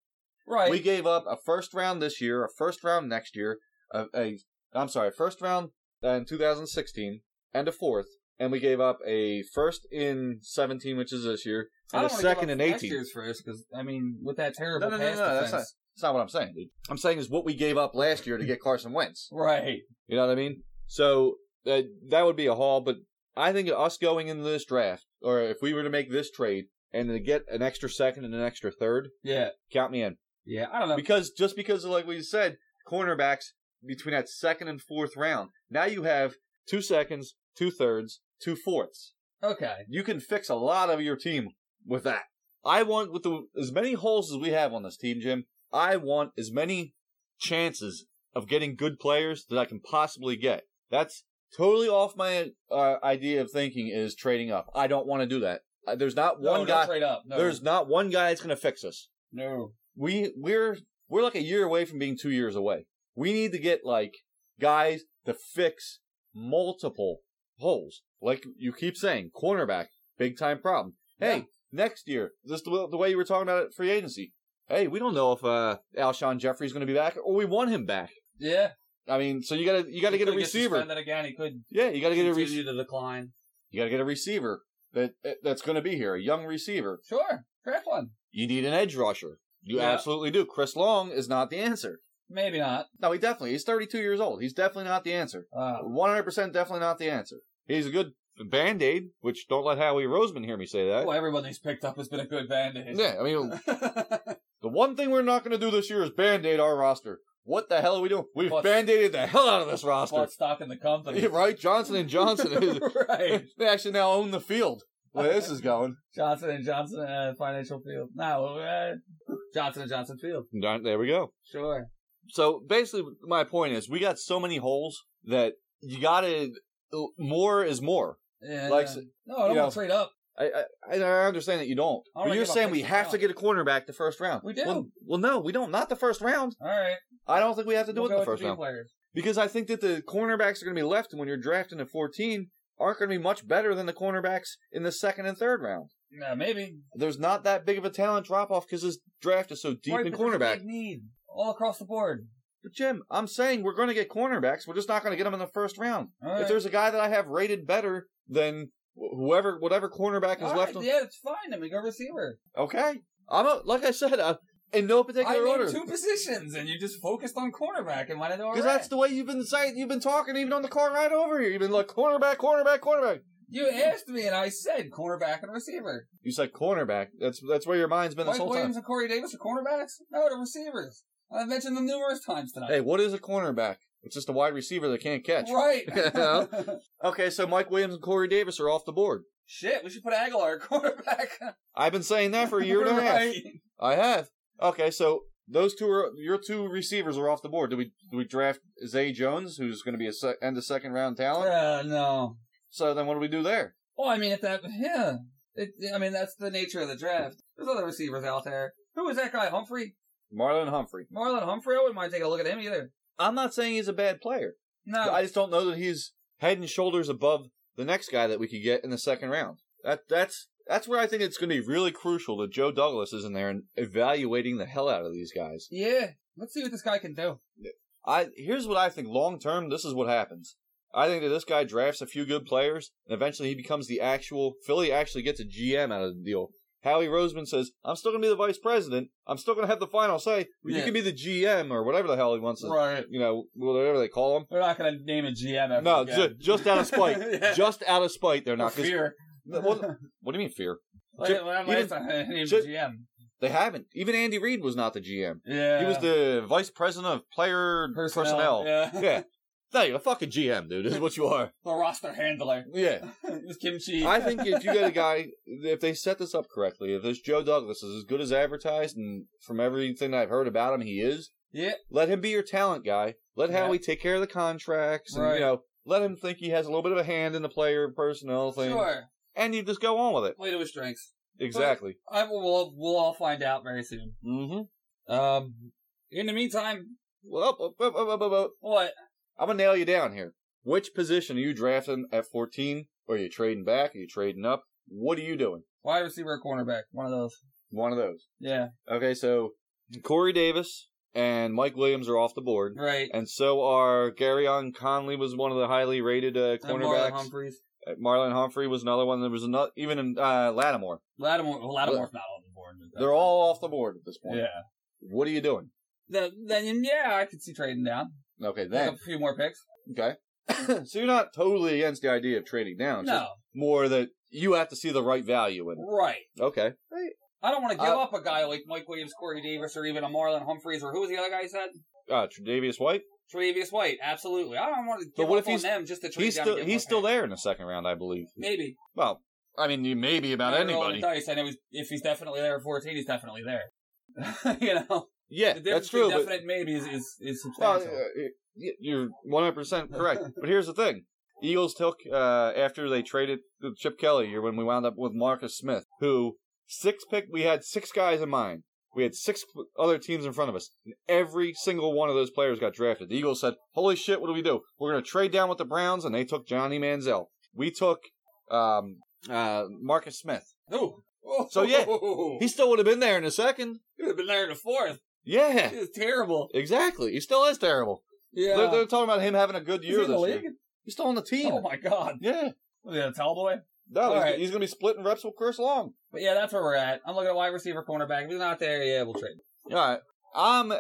Speaker 3: Right.
Speaker 4: We gave up a first round this year, a first round next year, a, a I'm sorry, a first round uh, in 2016, and a fourth, and we gave up a first in 17, which is this year, and a
Speaker 3: don't wanna give
Speaker 4: second
Speaker 3: up
Speaker 4: in
Speaker 3: next
Speaker 4: 18.
Speaker 3: year's first because I mean, with that terrible
Speaker 4: No, no, no,
Speaker 3: pass
Speaker 4: no, that's
Speaker 3: defense.
Speaker 4: That's not what I'm saying, dude. I'm saying is what we gave up last year to get Carson Wentz.
Speaker 3: Right.
Speaker 4: You know what I mean? So that that would be a haul, but I think us going into this draft, or if we were to make this trade and to get an extra second and an extra third,
Speaker 3: Yeah.
Speaker 4: count me in.
Speaker 3: Yeah. I don't know.
Speaker 4: Because just because like we said, cornerbacks between that second and fourth round, now you have two seconds, two thirds, two fourths.
Speaker 3: Okay.
Speaker 4: You can fix a lot of your team with that. I want with the as many holes as we have on this team, Jim. I want as many chances of getting good players that I can possibly get. That's totally off my uh, idea of thinking is trading up. I don't want to do that. Uh, There's not
Speaker 3: No,
Speaker 4: one
Speaker 3: don't
Speaker 4: guy.
Speaker 3: trade up. No.
Speaker 4: There's not one guy that's going to fix us.
Speaker 3: no.
Speaker 4: We we're we're like a year away from being two years away. We need to get like guys to fix multiple holes. Like you keep saying, cornerback, big time problem. Hey,
Speaker 3: Yeah.
Speaker 4: next year, this the, the way you were talking about it, free agency. Hey, we don't know if uh, Alshon Jeffrey's going to be back, or we want him back.
Speaker 3: Yeah.
Speaker 4: I mean, so you gotta you gotta
Speaker 3: He
Speaker 4: get a
Speaker 3: could
Speaker 4: receiver.
Speaker 3: suspended again. He could
Speaker 4: Yeah, you gotta get a
Speaker 3: continue
Speaker 4: re-
Speaker 3: to decline.
Speaker 4: you gotta get a receiver that that's going to be here, a young receiver.
Speaker 3: Sure. Draft one.
Speaker 4: You need an edge rusher. You
Speaker 3: Yeah.
Speaker 4: absolutely do. Chris Long is not the answer.
Speaker 3: Maybe not.
Speaker 4: No, he definitely. He's 32 years old. He's definitely not the answer.
Speaker 3: Uh,
Speaker 4: 100% definitely not the answer. He's a good band aid, which don't let Howie Roseman hear me say that.
Speaker 3: well, everyone he's picked up has been a good band aid.
Speaker 4: Yeah, I mean, the one thing we're not going to do this year is band aid our roster. What the hell are we doing? We've
Speaker 3: Bust-
Speaker 4: band-aided the hell out of this roster.
Speaker 3: Bought stock in the company.
Speaker 4: Yeah, right? Johnson and Johnson is
Speaker 3: right.
Speaker 4: they actually now own the field. Where this is going.
Speaker 3: Johnson and Johnson uh, Financial Field. No, uh, Johnson and Johnson Field.
Speaker 4: John- There we go.
Speaker 3: Sure.
Speaker 4: So basically, my point is, we got so many holes that you gotta more is more.
Speaker 3: Yeah.
Speaker 4: Like,
Speaker 3: no, I
Speaker 4: you
Speaker 3: don't
Speaker 4: know.
Speaker 3: want to trade up.
Speaker 4: I I, I understand that you don't.
Speaker 3: I don't
Speaker 4: but
Speaker 3: wanna
Speaker 4: you're
Speaker 3: give up
Speaker 4: saying we
Speaker 3: picks
Speaker 4: have
Speaker 3: now.
Speaker 4: to get a cornerback the first round.
Speaker 3: We do.
Speaker 4: Well, well, no, we don't. Not the first round.
Speaker 3: All right.
Speaker 4: I don't think we have to do
Speaker 3: we'll go
Speaker 4: it the
Speaker 3: with
Speaker 4: first
Speaker 3: the B
Speaker 4: round
Speaker 3: players.
Speaker 4: because I think that the cornerbacks are going to be left when you're drafting at 14 aren't going to be much better than the cornerbacks in the second and third round.
Speaker 3: Yeah, maybe.
Speaker 4: There's not that big of a talent drop off because this draft is so deep
Speaker 3: Right,
Speaker 4: in
Speaker 3: but there's a
Speaker 4: cornerback.
Speaker 3: big need all across the board.
Speaker 4: But Jim, I'm saying we're going to get cornerbacks. We're just not going to get them in the first round.
Speaker 3: All
Speaker 4: If
Speaker 3: right.
Speaker 4: there's a guy that I have rated better than wh- whoever, whatever cornerback is
Speaker 3: All
Speaker 4: left,
Speaker 3: right, yeah, it's fine. Then we go receiver.
Speaker 4: okay. I'm a, like I said, uh, in no particular
Speaker 3: I
Speaker 4: order,
Speaker 3: named two positions, and you just focused on cornerback and wanted to.
Speaker 4: because that's the way you've been saying. You've been talking even on the car ride over here. You've been like cornerback, cornerback, cornerback.
Speaker 3: you asked me, and I said cornerback and receiver.
Speaker 4: You said cornerback. That's that's where your mind's been
Speaker 3: Mike
Speaker 4: this whole
Speaker 3: Williams
Speaker 4: time.
Speaker 3: and Corey Davis are cornerbacks. No, they're receivers. I've mentioned them numerous times tonight.
Speaker 4: Hey, what is a cornerback? It's just a wide receiver that can't catch.
Speaker 3: Right.
Speaker 4: You know? Okay, so Mike Williams and Corey Davis are off the board.
Speaker 3: Shit, we should put Aguilar at quarterback.
Speaker 4: I've been saying that for a year and a half.
Speaker 3: Right.
Speaker 4: I have. Okay, so those two are your two receivers are off the board. Do we do we draft Zay Jones, who's going to be a sec- end of second round talent?
Speaker 3: Uh, no.
Speaker 4: So then what do we do there?
Speaker 3: Well, I mean, at that, yeah. It, I mean, that's the nature of the draft. There's other receivers out there. Who was that guy, Humphrey?
Speaker 4: Marlon Humphrey.
Speaker 3: Marlon Humphrey? I wouldn't mind taking a look at him either.
Speaker 4: I'm not saying he's a bad player.
Speaker 3: No.
Speaker 4: I just don't know that he's head and shoulders above the next guy that we could get in the second round. That that's that's where I think it's going to be really crucial that Joe Douglas is in there and evaluating the hell out of these guys.
Speaker 3: yeah. Let's see what this guy can do.
Speaker 4: I here's what I think long term. This is what happens. I think that this guy drafts a few good players, and eventually he becomes the actual Philly. Actually, gets a GM out of the deal. Howie Roseman says, "I'm still going to be the vice president. I'm still going to have the final say. But You
Speaker 3: Yeah.
Speaker 4: can be the GM or whatever the hell he wants. To,
Speaker 3: Right.
Speaker 4: You know, whatever they call him.
Speaker 3: They're not going to name a GM ever
Speaker 4: No,
Speaker 3: again.
Speaker 4: ju- just out of spite.
Speaker 3: Yeah.
Speaker 4: Just out of spite, they're
Speaker 3: Or
Speaker 4: not. 'cause-
Speaker 3: fear.
Speaker 4: What, what do you mean fear?
Speaker 3: Like,
Speaker 4: ju-
Speaker 3: when I'm
Speaker 4: even-
Speaker 3: last time I named
Speaker 4: ju-
Speaker 3: a GM.
Speaker 4: They haven't. Even Andy Reid was not the GM.
Speaker 3: Yeah.
Speaker 4: He was the vice president of player personnel.
Speaker 3: Yeah.
Speaker 4: yeah. No, you're a fucking GM, dude. This is what you are.
Speaker 3: The roster handler.
Speaker 4: Yeah.
Speaker 3: it was kimchi.
Speaker 4: I think if you get a guy, if they set this up correctly, if this Joe Douglas is as good as advertised, and from everything I've heard about him, he is.
Speaker 3: Yeah.
Speaker 4: Let him be your talent guy. Let
Speaker 3: Yeah.
Speaker 4: Howie take care of the contracts, and
Speaker 3: Right.
Speaker 4: you know, let him think he has a little bit of a hand in the player personnel thing,
Speaker 3: Sure.
Speaker 4: and you just go on with it.
Speaker 3: Play to his strengths.
Speaker 4: Exactly.
Speaker 3: I will, we'll, we'll all find out very soon.
Speaker 4: Mm-hmm.
Speaker 3: Um, in the meantime,
Speaker 4: Well, oh, up, up, up, up, up, up, up.
Speaker 3: what?
Speaker 4: I'm gonna nail you down here. Which position are you drafting at 14? Are you trading back? Are you trading up? What are you doing?
Speaker 3: Wide receiver or cornerback? One of those.
Speaker 4: One of those.
Speaker 3: Yeah.
Speaker 4: Okay, so Corey Davis and Mike Williams are off the board.
Speaker 3: Right.
Speaker 4: And so are Gary on Conley was one of the highly rated uh,
Speaker 3: And Marlon
Speaker 4: cornerbacks.
Speaker 3: Humphreys.
Speaker 4: Uh, Marlon Humphrey was another one. There was another, even in, uh, Lattimore.
Speaker 3: Lattimore, well, Lattimore's not on the board. but-
Speaker 4: They're all off the board at this point.
Speaker 3: Yeah.
Speaker 4: What are you doing?
Speaker 3: Then, then, yeah, I could see trading down.
Speaker 4: Okay,
Speaker 3: Take
Speaker 4: then.
Speaker 3: a few more picks.
Speaker 4: Okay. so you're not totally against the idea of trading down. It's
Speaker 3: No.
Speaker 4: just more that you have to see the right value in
Speaker 3: Right.
Speaker 4: it. Okay.
Speaker 3: I don't want to give
Speaker 4: Uh,
Speaker 3: up a guy like Mike Williams, Corey Davis, or even a Marlon Humphreys, or who was the other guy you said?
Speaker 4: Uh, Tredavious White. Travius
Speaker 3: Travis White, absolutely. I don't want to give
Speaker 4: But what
Speaker 3: up
Speaker 4: if
Speaker 3: on
Speaker 4: he's-
Speaker 3: them just to trade
Speaker 4: He's
Speaker 3: down.
Speaker 4: still, he's still there in the second round, I believe.
Speaker 3: Maybe.
Speaker 4: Well, I mean, you may be about
Speaker 3: I roll the
Speaker 4: anybody.
Speaker 3: Dice. I know he's, if he's definitely there at 14, he's definitely there. you know?
Speaker 4: Yeah,
Speaker 3: The difference
Speaker 4: that's true.
Speaker 3: between
Speaker 4: But
Speaker 3: definite maybe is, is, is
Speaker 4: Well,
Speaker 3: substantial.
Speaker 4: uh, y- you're 100% correct. but here's the thing. Eagles took, uh, after they traded with Chip Kelly, or when we wound up with Marcus Smith, who six pick, we had six guys in mind. We had six p- other teams in front of us. And every single one of those players got drafted. The Eagles said, holy shit, what do we do? We're going to trade down with the Browns, and they took Johnny Manziel. We took, um, uh, Marcus Smith.
Speaker 3: Ooh. Ooh.
Speaker 4: So, yeah, He
Speaker 3: he's
Speaker 4: still would have been there in a second.
Speaker 3: he would have been there in the fourth.
Speaker 4: Yeah,
Speaker 3: He was terrible.
Speaker 4: exactly. He still is terrible.
Speaker 3: Yeah.
Speaker 4: They're, they're talking about him having a good
Speaker 3: Is he
Speaker 4: year
Speaker 3: in the
Speaker 4: this year.
Speaker 3: league?
Speaker 4: He's still on the team.
Speaker 3: Oh my god.
Speaker 4: Yeah.
Speaker 3: Was he a tall boy?
Speaker 4: No,
Speaker 3: All
Speaker 4: he's,
Speaker 3: right.
Speaker 4: he's going to be splitting reps with Chris Long.
Speaker 3: But yeah, that's where we're at. I'm looking at wide receiver, cornerback. If he's not there, yeah, we'll trade.
Speaker 4: All right. I'm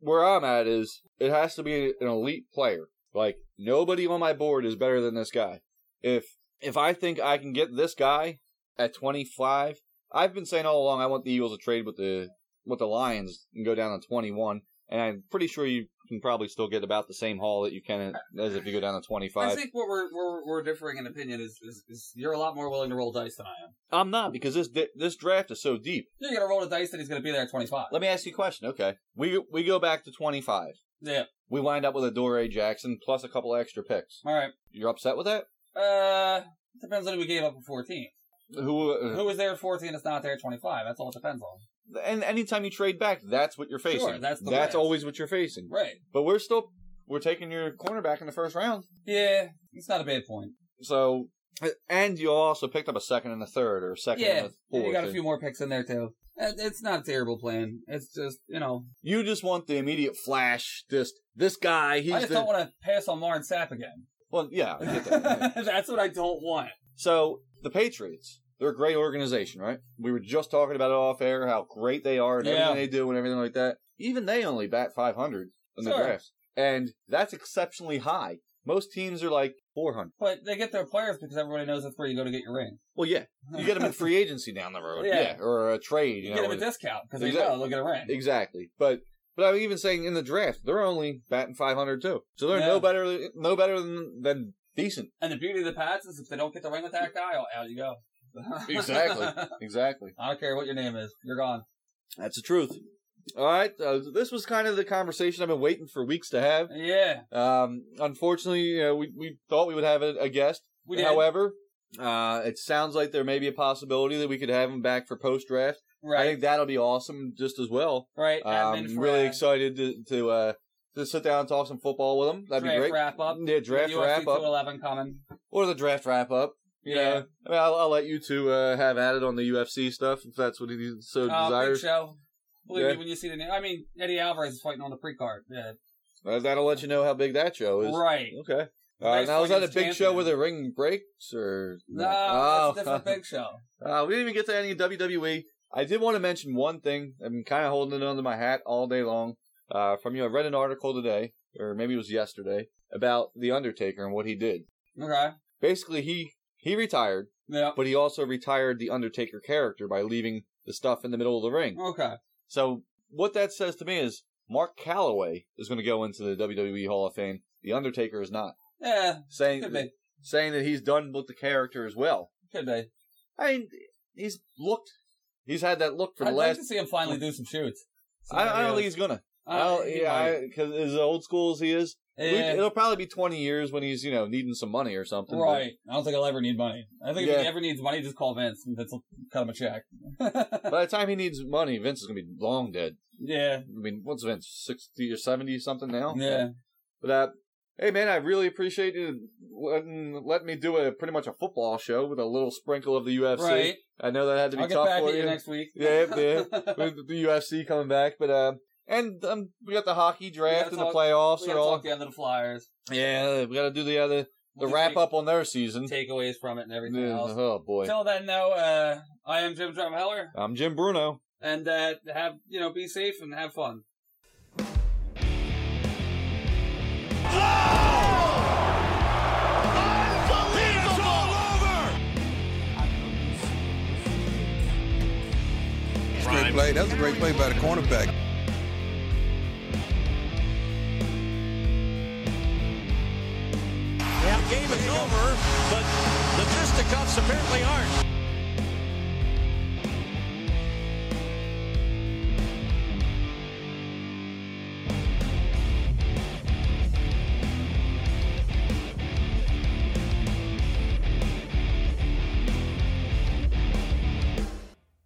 Speaker 4: where I'm at is it has to be an elite player. Like nobody on my board is better than this guy. If if I think I can get this guy at 25, I've been saying all along I want the Eagles to trade with the with the Lions and go down to 21, and I'm pretty sure you can probably still get about the same haul that you can as if you go down to twenty
Speaker 3: I
Speaker 4: five.
Speaker 3: think what we're, we're we're differing in opinion is, is is you're a lot more willing to roll dice than I am.
Speaker 4: I'm not because this di- this draft is so deep.
Speaker 3: You're gonna roll the dice that he's gonna be there at 25.
Speaker 4: Let me ask you a question. Okay, we we go back to twenty five.
Speaker 3: Yeah.
Speaker 4: We wind up with a Dore Jackson plus a couple extra picks.
Speaker 3: All right.
Speaker 4: You're upset with that?
Speaker 3: Uh, depends on who we gave up at 14.
Speaker 4: Who?
Speaker 3: Who was there at 14 that's not there at 25? That's all it depends on.
Speaker 4: and anytime you trade back, that's what you're facing.
Speaker 3: Sure, that's the last.
Speaker 4: always what you're facing.
Speaker 3: Right.
Speaker 4: But we're still we're taking your cornerback in the first round.
Speaker 3: Yeah, it's not a bad point.
Speaker 4: So and you also picked up a second and a third or a second
Speaker 3: Yeah,
Speaker 4: and a
Speaker 3: And
Speaker 4: fourth.
Speaker 3: you got a
Speaker 4: and-
Speaker 3: few more picks in there too. It- It's not a terrible plan. It's just you know,
Speaker 4: You just want the immediate flash. Just this guy. He's
Speaker 3: I just
Speaker 4: the
Speaker 3: don't want to pass on Lauren Sapp again.
Speaker 4: well, yeah. I get that.
Speaker 3: That's what I don't want.
Speaker 4: So the Patriots, they're a great organization, right? We were just talking about it off air, how great they are and
Speaker 3: Yeah.
Speaker 4: everything they do and everything like that. Even they only bat 500 in the
Speaker 3: Sure.
Speaker 4: draft, and that's exceptionally high. Most teams are like 400.
Speaker 3: But they get their players because everybody knows that's where you go to get your ring.
Speaker 4: Well, yeah, you get them in free agency down the road,
Speaker 3: Yeah.
Speaker 4: yeah, or a trade,
Speaker 3: You,
Speaker 4: you,
Speaker 3: get
Speaker 4: know,
Speaker 3: them a discount because they
Speaker 4: Exactly.
Speaker 3: know they'll get a ring.
Speaker 4: exactly. But but I'm even saying in the draft, they're only batting 500 too, so they're
Speaker 3: Yeah.
Speaker 4: no better no better than than decent.
Speaker 3: And the beauty of the Pats is if they don't get the ring with that guy, out you go.
Speaker 4: exactly.
Speaker 3: I don't care what your name is. You're gone.
Speaker 4: That's the truth. All right, uh, this was kind of the conversation I've been waiting for weeks to have.
Speaker 3: Yeah,
Speaker 4: Um, unfortunately, uh, we we thought we would have a, a guest.
Speaker 3: we did.
Speaker 4: However, uh, it sounds like there may be a possibility that we could have him back for post draft. I
Speaker 3: right,
Speaker 4: think that'll be awesome, just as well.
Speaker 3: right.
Speaker 4: I'm
Speaker 3: Admin for,
Speaker 4: really
Speaker 3: uh,
Speaker 4: excited to to uh, to sit down and talk some football with him. That'd
Speaker 3: draft
Speaker 4: be great.
Speaker 3: Wrap up.
Speaker 4: Yeah, draft
Speaker 3: UFC
Speaker 4: wrap up
Speaker 3: 211 coming.
Speaker 4: or the draft wrap up. You
Speaker 3: Yeah.
Speaker 4: know, I mean, I'll, I'll let you two uh, have at it on the UFC stuff if that's what he
Speaker 3: Uh,
Speaker 4: so
Speaker 3: big
Speaker 4: desires.
Speaker 3: show. Believe
Speaker 4: Yeah.
Speaker 3: me when you see the name. I mean, Eddie Alvarez is fighting on the pre-card. Yeah.
Speaker 4: Uh, that'll let you know how big that show Oh, is.
Speaker 3: Right.
Speaker 4: Okay. Uh,
Speaker 3: Nice
Speaker 4: now is that a
Speaker 3: fucking
Speaker 4: big show
Speaker 3: champion.
Speaker 4: where the ring breaks or
Speaker 3: No,
Speaker 4: Oh.
Speaker 3: that's a different big show.
Speaker 4: Uh, we didn't even get to any WWE. I did want to mention one thing. I've been kind of holding it under my hat all day long. Uh, from you, I read an article today, or maybe it was yesterday, about the Undertaker and what he did.
Speaker 3: Okay.
Speaker 4: Basically, he he retired,
Speaker 3: Yeah.
Speaker 4: but he also retired the Undertaker character by leaving the stuff in the middle of the ring.
Speaker 3: Okay.
Speaker 4: So what that says to me is Mark Calloway is going to go into the WWE Hall of Fame. The Undertaker is not
Speaker 3: Yeah.
Speaker 4: saying
Speaker 3: Could be.
Speaker 4: saying that he's done with the character as well.
Speaker 3: Could be.
Speaker 4: I mean, he's looked. He's had that look for the
Speaker 3: I'd like
Speaker 4: last.
Speaker 3: to see him finally do some shoots. See how
Speaker 4: I, I
Speaker 3: he
Speaker 4: don't think
Speaker 3: goes.
Speaker 4: he's gonna. I
Speaker 3: Uh,
Speaker 4: don't,
Speaker 3: he
Speaker 4: yeah,
Speaker 3: might.
Speaker 4: I because as old school as he is, we-
Speaker 3: Yeah.
Speaker 4: it'll probably be twenty years when he's you know needing some money or something. but-
Speaker 3: Right. I don't think I'll ever need money. I think if
Speaker 4: Yeah.
Speaker 3: he ever needs money, just call Vince and Vince will cut him a check.
Speaker 4: By the time he needs money, Vince is gonna be long dead.
Speaker 3: yeah.
Speaker 4: I mean, what's Vince sixty or seventy something now?
Speaker 3: Yeah.
Speaker 4: But uh, hey, man, I really appreciate you letting, letting me do a pretty much a football show with a little sprinkle of the UFC.
Speaker 3: Right.
Speaker 4: I know that had to be
Speaker 3: I'll get
Speaker 4: tough
Speaker 3: back
Speaker 4: for
Speaker 3: at you
Speaker 4: you.
Speaker 3: next week.
Speaker 4: Yeah, yeah. with the UFC coming back, but uh, and um, we got the hockey draft
Speaker 3: gotta
Speaker 4: and the
Speaker 3: talk-
Speaker 4: playoffs
Speaker 3: we
Speaker 4: are
Speaker 3: gotta
Speaker 4: all
Speaker 3: talk the end of the Flyers.
Speaker 4: Yeah, we got to do the other the
Speaker 3: We'll
Speaker 4: wrap
Speaker 3: take
Speaker 4: up on their season.
Speaker 3: Takeaways from it and everything
Speaker 4: Yeah,
Speaker 3: else.
Speaker 4: oh boy,
Speaker 3: Till then, though, uh, I am Jim Drumheller,
Speaker 4: I'm Jim Bruno.
Speaker 3: and uh, have you know, be safe and have fun.
Speaker 1: Unbelievable!
Speaker 5: Great play. That was a great play by the cornerback.
Speaker 6: Well, game is over, but the fisticuffs apparently aren't.